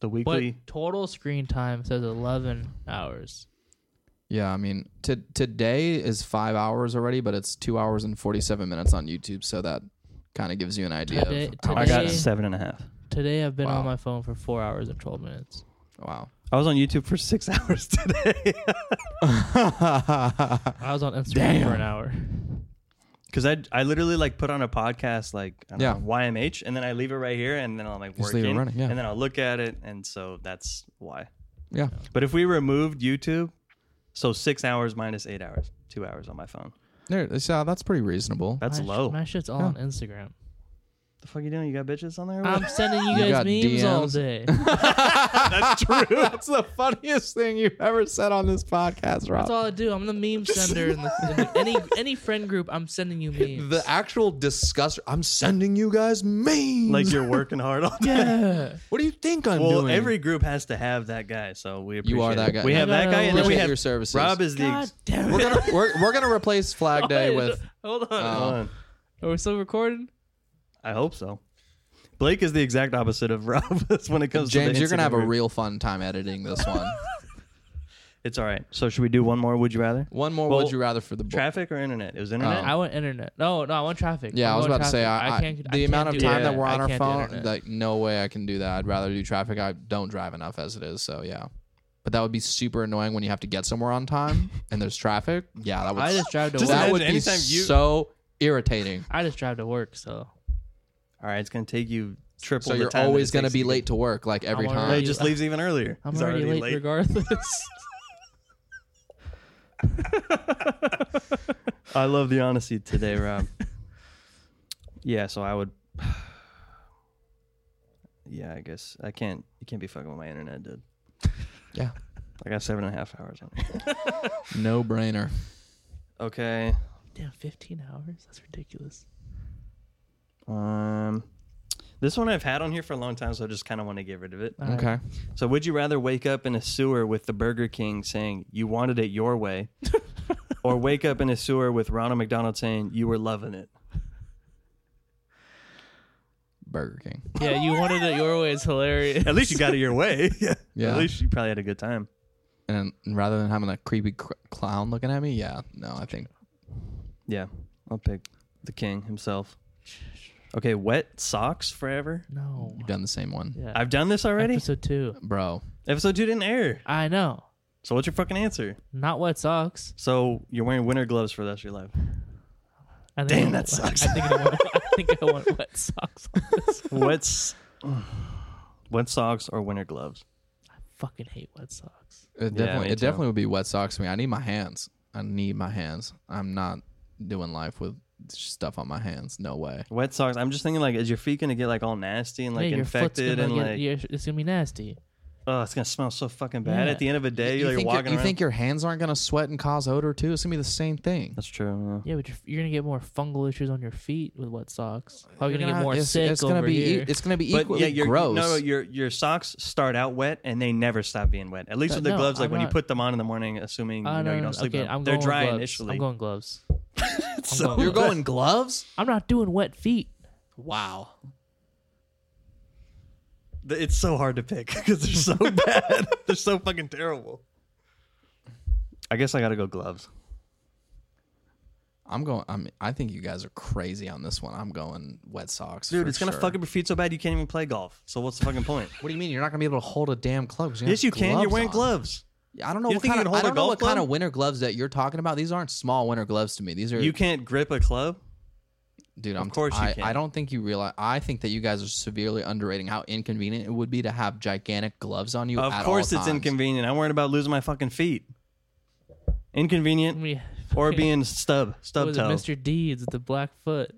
Speaker 2: the
Speaker 3: But
Speaker 2: weekly
Speaker 3: total screen time says 11 hours.
Speaker 4: Yeah, I mean, t- today is five hours already, but it's two hours and forty seven minutes on YouTube. So that kind of gives you an idea.
Speaker 3: Today-
Speaker 4: of
Speaker 2: I got
Speaker 3: today-
Speaker 2: seven and a half.
Speaker 3: Today I've been
Speaker 4: Wow.
Speaker 3: on my phone for 4 hours and 12 minutes.
Speaker 4: Wow.
Speaker 2: I was on YouTube for six hours today.
Speaker 3: I was on Instagram for an hour.
Speaker 2: Because I, I literally like put on a podcast like I don't
Speaker 4: Yeah.
Speaker 2: know, YMH and then I leave it right here and then I'll like
Speaker 4: Just
Speaker 2: work
Speaker 4: leave it
Speaker 2: in,
Speaker 4: running, yeah.
Speaker 2: and then I'll look at it and so that's why.
Speaker 4: Yeah.
Speaker 2: But if we removed YouTube, so six hours minus eight hours, two hours on my phone.
Speaker 4: There, so that's pretty reasonable.
Speaker 2: That's
Speaker 3: my sh-
Speaker 2: low.
Speaker 3: my shit's all on Instagram.
Speaker 2: the fuck you doing? You got bitches on there? or
Speaker 3: I'm
Speaker 2: what?
Speaker 3: sending you
Speaker 4: You
Speaker 3: guys
Speaker 4: got
Speaker 3: memes all
Speaker 4: DMs?
Speaker 3: day.
Speaker 4: that's true. that's the funniest thing you've ever said on this podcast, Rob.
Speaker 3: That's all I do. I'm the meme sender in, the, in the- any any friend group. I'm sending you memes.
Speaker 4: the actual disgust. I'm sending you guys memes.
Speaker 2: like you're working hard all day.
Speaker 3: yeah.
Speaker 4: what do you think I'm
Speaker 2: Well,
Speaker 4: doing?
Speaker 2: every group has to have that guy, so we appreciate
Speaker 4: You are that
Speaker 2: it.
Speaker 4: guy.
Speaker 2: We have
Speaker 3: I
Speaker 2: that guy, and then we
Speaker 4: appreciate
Speaker 2: have
Speaker 4: your services.
Speaker 2: Rob is Oh, the
Speaker 3: God
Speaker 2: ex-
Speaker 3: damn it.
Speaker 4: we're gonna we're, we're gonna replace Flag Day with
Speaker 3: Hold on.
Speaker 4: Uh,
Speaker 2: Hold on.
Speaker 3: Are we still recording?
Speaker 2: I hope so. Blake is the exact opposite of Rob when it comes to
Speaker 4: James.
Speaker 2: the
Speaker 4: You're gonna
Speaker 2: Instagram
Speaker 4: have a
Speaker 2: group.
Speaker 4: real fun time editing this one.
Speaker 2: It's all right. So should we do one more? Would you rather?
Speaker 4: One more.
Speaker 2: Well,
Speaker 4: would you rather for the bo-
Speaker 2: Traffic or internet? It was internet.
Speaker 4: Oh.
Speaker 3: I want internet. No, no, I want traffic.
Speaker 4: Yeah,
Speaker 3: I'm
Speaker 4: I was
Speaker 3: going
Speaker 4: about to say
Speaker 3: traffic.
Speaker 4: I, I
Speaker 3: can't.
Speaker 4: the
Speaker 3: I can't
Speaker 4: amount of
Speaker 3: do
Speaker 4: time
Speaker 3: internet.
Speaker 4: that we're on
Speaker 3: I
Speaker 4: our
Speaker 3: can't do
Speaker 4: phone,
Speaker 3: internet.
Speaker 4: like no way I can do that. I'd rather do traffic. I don't drive enough as it is, so yeah. But that would be super annoying when you have to get somewhere on time and there's traffic. Yeah, that would
Speaker 3: I just drive to
Speaker 2: Just
Speaker 3: work.
Speaker 4: that
Speaker 2: imagine
Speaker 4: would be
Speaker 2: anytime you-
Speaker 4: so irritating.
Speaker 3: I just drive to work, so
Speaker 2: All right, it's gonna take you triple.
Speaker 4: So
Speaker 2: the
Speaker 4: you're
Speaker 2: time that
Speaker 4: always
Speaker 2: it
Speaker 4: gonna
Speaker 2: takes
Speaker 4: be
Speaker 2: to
Speaker 4: late to work, like every
Speaker 3: I'm
Speaker 2: Get... No,
Speaker 4: time.
Speaker 2: he just leaves even earlier.
Speaker 3: I'm
Speaker 2: He's
Speaker 3: already, late, regardless.
Speaker 2: I love the honesty today, Rob. yeah, so I would. Yeah, I guess I can't. You can't be fucking with my internet, dude.
Speaker 4: Yeah,
Speaker 2: I got seven and a half hours on it.
Speaker 4: no brainer.
Speaker 2: Okay.
Speaker 3: Damn, 15 hours. That's ridiculous.
Speaker 2: Um, this one I've had on here for a long time, so I just kind of want to get rid of it.
Speaker 3: All right.
Speaker 4: Okay.
Speaker 2: So, would you rather wake up in a sewer with the Burger King saying you wanted it your way, or wake up in a sewer with Ronald McDonald saying you were loving it?
Speaker 4: Burger King.
Speaker 3: Yeah, you wanted it your way. It's hilarious.
Speaker 2: At least you got it your way. yeah.
Speaker 4: Yeah.
Speaker 2: At least you probably had a good time.
Speaker 4: And then rather than having a creepy cr- clown looking at me, yeah, no, I think
Speaker 2: Yeah. I'll pick the king himself. Okay, wet socks forever.
Speaker 3: No.
Speaker 4: you've done the same one,
Speaker 3: Yeah.
Speaker 2: I've done this already. Episode,
Speaker 3: Episode two.
Speaker 4: bro.
Speaker 2: two didn't air.
Speaker 3: I know.
Speaker 2: So what's your fucking answer?
Speaker 3: Not wet socks.
Speaker 2: So you're wearing winter gloves for the rest of your life.
Speaker 3: I think
Speaker 2: Damn,
Speaker 3: I
Speaker 2: that
Speaker 3: want-
Speaker 2: sucks.
Speaker 3: I think I want, I think I want wet socks. On this.
Speaker 2: What's wet socks or winter gloves?
Speaker 3: Fucking hate wet socks.
Speaker 4: It definitely,
Speaker 2: me
Speaker 4: it
Speaker 2: too.
Speaker 4: definitely would be wet socks to me. I need my hands. I need my hands. I'm not doing life with stuff on my hands. No way.
Speaker 2: Wet socks. I'm just thinking like, is your feet gonna get like all nasty and like
Speaker 3: yeah, your foot's
Speaker 2: infected
Speaker 3: gonna
Speaker 2: and
Speaker 3: get-
Speaker 2: like,
Speaker 3: your- it's gonna be nasty.
Speaker 2: oh, it's gonna smell so fucking bad
Speaker 3: Yeah.
Speaker 2: at the end of a day. You're like
Speaker 4: think your-
Speaker 2: walking
Speaker 4: you
Speaker 2: around.
Speaker 4: think your hands aren't gonna sweat and cause odor too? It's gonna be the same thing.
Speaker 2: That's true. Yeah.
Speaker 3: Yeah, but you're, you're gonna get more fungal issues on your feet with wet socks. Probably
Speaker 4: You're
Speaker 3: gonna, get
Speaker 4: gonna-
Speaker 3: more
Speaker 4: it's,
Speaker 3: sick
Speaker 4: It's
Speaker 3: over
Speaker 4: gonna be. e-
Speaker 3: here.
Speaker 4: It's gonna be
Speaker 2: But
Speaker 4: equally
Speaker 2: yeah, your
Speaker 4: gross.
Speaker 2: no, your your socks start out wet and they never stop being wet. At least
Speaker 3: Uh,
Speaker 2: with the
Speaker 3: no,
Speaker 2: gloves, like
Speaker 3: I'm
Speaker 2: when you
Speaker 3: not-
Speaker 2: put them on in the morning, assuming
Speaker 3: Oh,
Speaker 2: you know
Speaker 3: no,
Speaker 2: you
Speaker 3: no, no.
Speaker 2: don't sleep.
Speaker 3: okay,
Speaker 2: in them.
Speaker 3: I'm
Speaker 2: They're
Speaker 3: going
Speaker 2: dry
Speaker 3: gloves.
Speaker 2: initially.
Speaker 3: I'm going gloves.
Speaker 2: So-
Speaker 3: going-
Speaker 4: You're going gloves.
Speaker 3: I'm not doing wet feet.
Speaker 4: Wow.
Speaker 2: Th- It's so hard to pick because they're so bad. they're so fucking terrible. I guess I gotta go gloves.
Speaker 4: I'm going. I'm. I think you guys are crazy on this one. I'm going wet socks,
Speaker 2: Dude,
Speaker 4: for
Speaker 2: it's gonna
Speaker 4: sure.
Speaker 2: fuck up your feet so bad you can't even play golf. So what's the fucking point?
Speaker 4: What do you mean? You're not gonna be able to hold a damn club? 'cause
Speaker 2: yes,
Speaker 4: have
Speaker 2: you can. You're
Speaker 4: gloves
Speaker 2: wearing
Speaker 4: on.
Speaker 2: gloves.
Speaker 4: I don't know
Speaker 2: You
Speaker 4: what
Speaker 2: think you can
Speaker 4: kind of. I
Speaker 2: hold a
Speaker 4: don't know
Speaker 2: golf
Speaker 4: what kind
Speaker 2: club?
Speaker 4: of winter gloves that you're talking about. These aren't small winter gloves to me. These are
Speaker 2: You can't grip a club.
Speaker 4: Dude, I'm,
Speaker 2: course you
Speaker 4: I,
Speaker 2: can.
Speaker 4: I don't think you realize. I think that you guys are severely underrating how inconvenient it would be to have gigantic gloves on you.
Speaker 2: Of
Speaker 4: at
Speaker 2: course,
Speaker 4: all
Speaker 2: it's
Speaker 4: times.
Speaker 2: inconvenient. I'm worried about losing my fucking feet. Inconvenient
Speaker 3: Me-
Speaker 2: or being stub
Speaker 3: What
Speaker 2: stub
Speaker 3: was it,
Speaker 2: toe.
Speaker 3: Mr. Deeds with the black foot.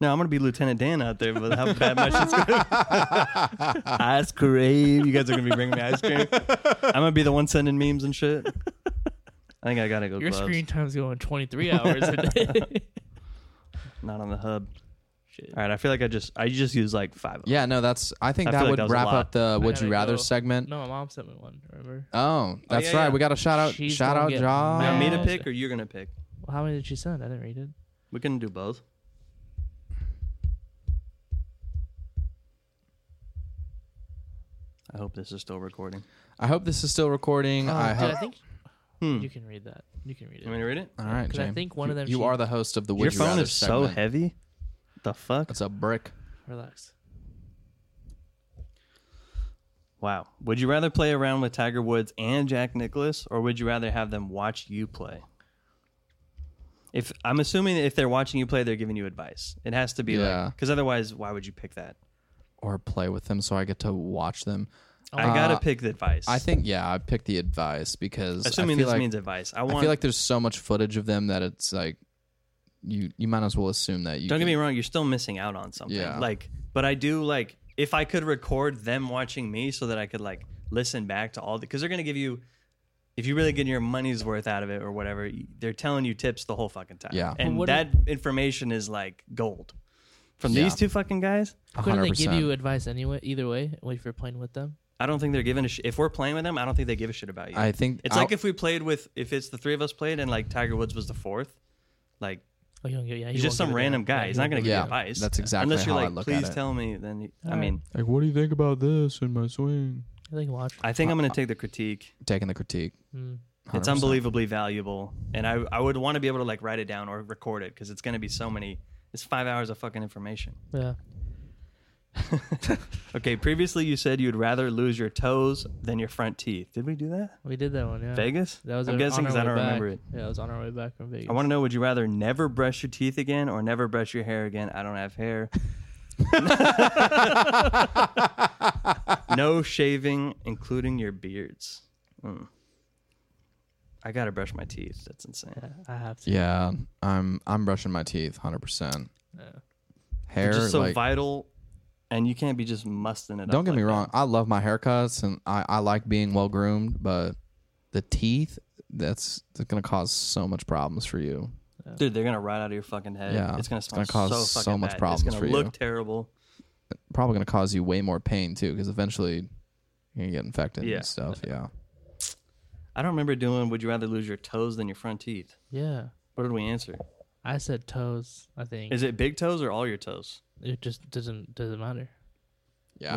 Speaker 2: No, I'm gonna be Lieutenant Dan out there, but how bad my shit's gonna be. ice cream. You guys are gonna be bringing me ice cream. I'm gonna be the one sending memes and shit. I think I gotta go
Speaker 3: Your
Speaker 2: gloves.
Speaker 3: screen time's going 23 hours a day.
Speaker 2: Not on the hub.
Speaker 3: Shit.
Speaker 2: All right, I feel like I just I just use like five of them.
Speaker 4: Yeah, no, that's. I think
Speaker 2: I feel
Speaker 4: that
Speaker 2: like
Speaker 4: would
Speaker 2: that was a
Speaker 4: wrap up
Speaker 2: lot.
Speaker 4: the "Would
Speaker 3: gotta
Speaker 4: you rather"
Speaker 3: go.
Speaker 4: segment.
Speaker 3: no, my mom sent me one. Remember?
Speaker 4: Oh, that's
Speaker 2: yeah,
Speaker 4: right.
Speaker 2: yeah.
Speaker 4: We got a shout out.
Speaker 3: She's
Speaker 4: shout
Speaker 3: gonna
Speaker 4: out,
Speaker 3: get
Speaker 4: John.
Speaker 2: You want me to
Speaker 3: Mad.
Speaker 2: pick or you're gonna pick?
Speaker 3: Well, how many did she send? I didn't read it.
Speaker 2: We can do both. I hope this is still recording.
Speaker 4: I hope this is still recording.
Speaker 2: Uh,
Speaker 3: Oh, Uh,
Speaker 4: I
Speaker 3: Dude,
Speaker 4: hope.
Speaker 3: I think
Speaker 2: Hmm.
Speaker 3: you can read that. You can read
Speaker 2: You want me
Speaker 3: it.
Speaker 2: to read it?
Speaker 4: all right,
Speaker 3: 'cause I
Speaker 4: James,
Speaker 3: think one of
Speaker 4: you-
Speaker 3: them
Speaker 4: You
Speaker 3: she-
Speaker 4: are the host of the "Would
Speaker 2: Your
Speaker 4: You
Speaker 2: phone
Speaker 4: Rather"
Speaker 2: is so
Speaker 4: segment.
Speaker 2: heavy. The fuck?
Speaker 4: It's a brick.
Speaker 3: Relax.
Speaker 2: Wow. Would you rather play around with Tiger Woods and Jack Nicholas, or would you rather have them watch you play? If I'm assuming if they're watching you play, they're giving you advice. It has to be
Speaker 4: Yeah.
Speaker 2: like because otherwise, why would you pick that?
Speaker 4: or play with them so I get to watch them.
Speaker 2: I gotta pick the advice.
Speaker 4: Uh, I think yeah, I picked the advice because
Speaker 2: assuming
Speaker 4: I feel
Speaker 2: this
Speaker 4: like,
Speaker 2: means advice. I
Speaker 4: I
Speaker 2: want.
Speaker 4: feel like there's so much footage of them that it's like you you might as well assume that you
Speaker 2: don't get
Speaker 4: can-
Speaker 2: me wrong, you're still missing out on something.
Speaker 4: Yeah.
Speaker 2: Like, but I do like if I could record them watching me so that I could like listen back to all the because they're gonna give you if you really get your money's worth out of it or whatever, y- they're telling you tips the whole fucking time.
Speaker 4: Yeah.
Speaker 2: and
Speaker 3: what
Speaker 2: that information is like gold from
Speaker 4: Yeah.
Speaker 2: these two fucking guys.
Speaker 3: Couldn't they give
Speaker 4: 100%.
Speaker 3: you advice anyway? Either way, if you're playing with them,
Speaker 2: I don't think they're giving a shit. If we're playing with them, I don't think they give a shit about you.
Speaker 4: I think
Speaker 2: it's like if we played with if it's the three of us played and like Tiger Woods was the fourth, like
Speaker 3: oh, you don't get- yeah, he
Speaker 2: he's
Speaker 3: won't
Speaker 2: just some
Speaker 3: give a
Speaker 2: random
Speaker 3: damn. Yeah,
Speaker 2: guy.
Speaker 3: he
Speaker 2: He's not
Speaker 3: won't
Speaker 2: gonna
Speaker 3: give a
Speaker 2: give you
Speaker 4: Yeah,
Speaker 2: advice.
Speaker 4: that's exactly
Speaker 2: unless you're
Speaker 4: how I
Speaker 2: like,
Speaker 4: look at
Speaker 2: please
Speaker 4: it."
Speaker 2: tell me. Then you, I
Speaker 3: All
Speaker 2: mean,
Speaker 4: like what do you think about this in my swing?
Speaker 3: damn. I think watch.
Speaker 2: I think I'm going to take the critique.
Speaker 4: Taking the critique.
Speaker 3: Mm.
Speaker 2: It's
Speaker 4: 100%.
Speaker 2: unbelievably valuable, and I I would want to be able to like write it down or record it because it's going to be so many. It's five hours of fucking information.
Speaker 3: Yeah.
Speaker 2: Okay, previously you said you'd rather lose your toes than your front teeth. Did we do that?
Speaker 3: We did that one. Yeah.
Speaker 2: Vegas?
Speaker 3: That was.
Speaker 2: I'm
Speaker 3: our-
Speaker 2: guessing
Speaker 3: on our
Speaker 2: because I
Speaker 3: way
Speaker 2: don't
Speaker 3: back.
Speaker 2: remember it.
Speaker 3: Yeah, it was on our way back from Vegas.
Speaker 2: I want to know: Would you rather never brush your teeth again or never brush your hair again? I don't have hair. no shaving, including your beards. Hmm. I gotta brush my teeth. That's insane.
Speaker 3: Yeah, I have to.
Speaker 4: Yeah, I'm I'm brushing my teeth 100%.
Speaker 3: Yeah.
Speaker 4: Hair
Speaker 2: They're just so
Speaker 4: like
Speaker 2: vital, and you can't be just musting it.
Speaker 4: Don't
Speaker 2: up
Speaker 4: get
Speaker 2: like
Speaker 4: me
Speaker 2: that.
Speaker 4: wrong. I love my haircuts and I, I like being well groomed, but the teeth, that's, that's going to cause so much problems for you.
Speaker 2: dude. They're gonna rot out of your fucking head.
Speaker 4: Yeah,
Speaker 2: it's gonna
Speaker 4: it's
Speaker 2: smell
Speaker 4: gonna cause
Speaker 2: so,
Speaker 4: so
Speaker 2: fucking
Speaker 4: much
Speaker 2: bad.
Speaker 4: problems
Speaker 2: It's gonna
Speaker 4: for you.
Speaker 2: look terrible.
Speaker 4: Probably going to cause you way more pain too, because eventually you're going to get infected
Speaker 2: Yeah.
Speaker 4: and stuff. Yeah.
Speaker 2: I don't remember doing. Would you rather lose your toes than your front teeth?
Speaker 3: Yeah.
Speaker 2: What did we answer?
Speaker 3: I said toes. I think
Speaker 2: Is it big toes or all your toes?
Speaker 3: it just doesn't doesn't matter.
Speaker 4: Yeah,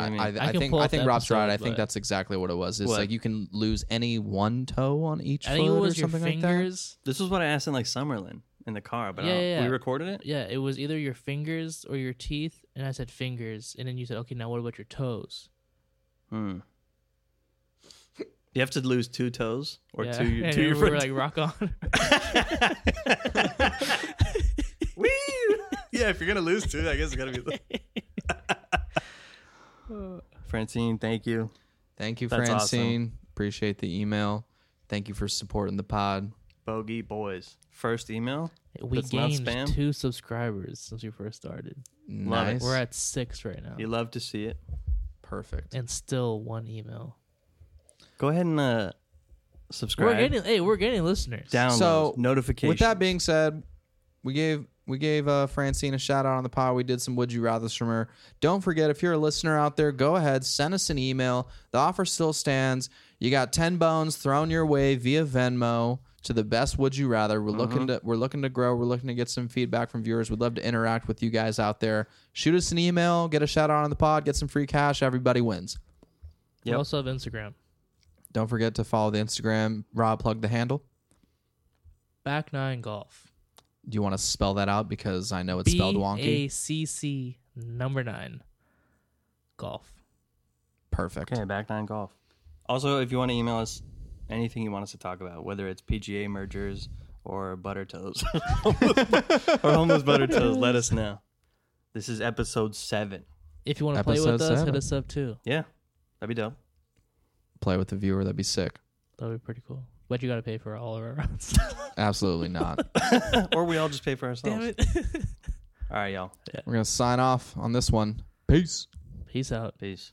Speaker 2: What do
Speaker 4: I,
Speaker 2: you mean?
Speaker 4: I,
Speaker 3: I
Speaker 4: I
Speaker 3: can
Speaker 4: think
Speaker 3: pull
Speaker 4: I
Speaker 3: up the
Speaker 4: think Rob's right.
Speaker 3: episode,
Speaker 4: I
Speaker 3: but-
Speaker 4: think that's exactly what it was. It's
Speaker 2: What?
Speaker 4: like you can lose any one toe on each
Speaker 3: I
Speaker 4: foot
Speaker 3: think it
Speaker 4: or
Speaker 3: was your
Speaker 4: something like that.
Speaker 3: fingers.
Speaker 2: This is what I asked in like Summerlin in the car, but I
Speaker 3: Yeah,
Speaker 2: don't-
Speaker 3: yeah,
Speaker 2: we
Speaker 3: yeah.
Speaker 2: recorded it.
Speaker 3: Yeah, it was either your fingers or your teeth, and I said fingers, and then you said, okay, now what about your toes?
Speaker 2: Hmm. You have to lose two toes or
Speaker 3: yeah.
Speaker 2: two your,
Speaker 3: And
Speaker 2: two your
Speaker 3: we were
Speaker 2: front.
Speaker 3: like rock on.
Speaker 2: Whee! yeah, if you're gonna lose two, I guess it's gotta be. Francine, thank you.
Speaker 4: Thank you,
Speaker 2: That's awesome.
Speaker 4: Francine. Appreciate the email. Thank you for supporting the pod.
Speaker 2: Bogey boys. First email.
Speaker 3: we
Speaker 2: That's not
Speaker 3: gained
Speaker 2: spam.
Speaker 3: two subscribers since we first started.
Speaker 2: Love it.
Speaker 4: nice.
Speaker 3: We're at six right now,
Speaker 2: You love to see it.
Speaker 4: Perfect.
Speaker 3: and still one email.
Speaker 2: Go ahead and uh, subscribe.
Speaker 3: We're getting hey, we're getting listeners.
Speaker 2: downloads,
Speaker 4: So,
Speaker 2: notifications.
Speaker 4: With that being said, we gave we gave uh, Francine a shout out on the pod. We did some would you rather from her. Don't forget if you're a listener out there, go ahead send us an email. The offer still stands. You got ten bones thrown your way via Venmo to the best would you rather. We're looking
Speaker 3: Uh-huh.
Speaker 4: to we're looking to grow. We're looking to get some feedback from viewers. We'd love to interact with you guys out there. Shoot us an email. Get a shout out on the pod. Get some free cash. Everybody wins.
Speaker 3: We
Speaker 2: Yep.
Speaker 3: also have Instagram.
Speaker 4: Don't forget to follow the Instagram. Rob plug the handle.
Speaker 3: Back nine golf.
Speaker 4: Do you want to spell that out because I know it's
Speaker 3: B
Speaker 4: spelled wonky?
Speaker 3: A C C number nine. Golf.
Speaker 4: Perfect.
Speaker 2: okay, back nine golf. Also, if you want to email us anything you want us to talk about, whether it's PGA mergers or butter toes or homeless butter toes, let us know. This is episode seven.
Speaker 3: If you want to play with
Speaker 4: Episode
Speaker 3: us,
Speaker 4: seven.
Speaker 3: hit us up too.
Speaker 2: Yeah, that'd be dope.
Speaker 4: play with the viewer. That'd be sick.
Speaker 3: That'd be pretty cool. But you got to pay for all of our rounds.
Speaker 4: Absolutely not.
Speaker 2: or we all just pay for ourselves.
Speaker 3: it.
Speaker 2: All right, y'all.
Speaker 4: We're going to sign off on this one. Peace.
Speaker 3: Peace out.
Speaker 2: Peace.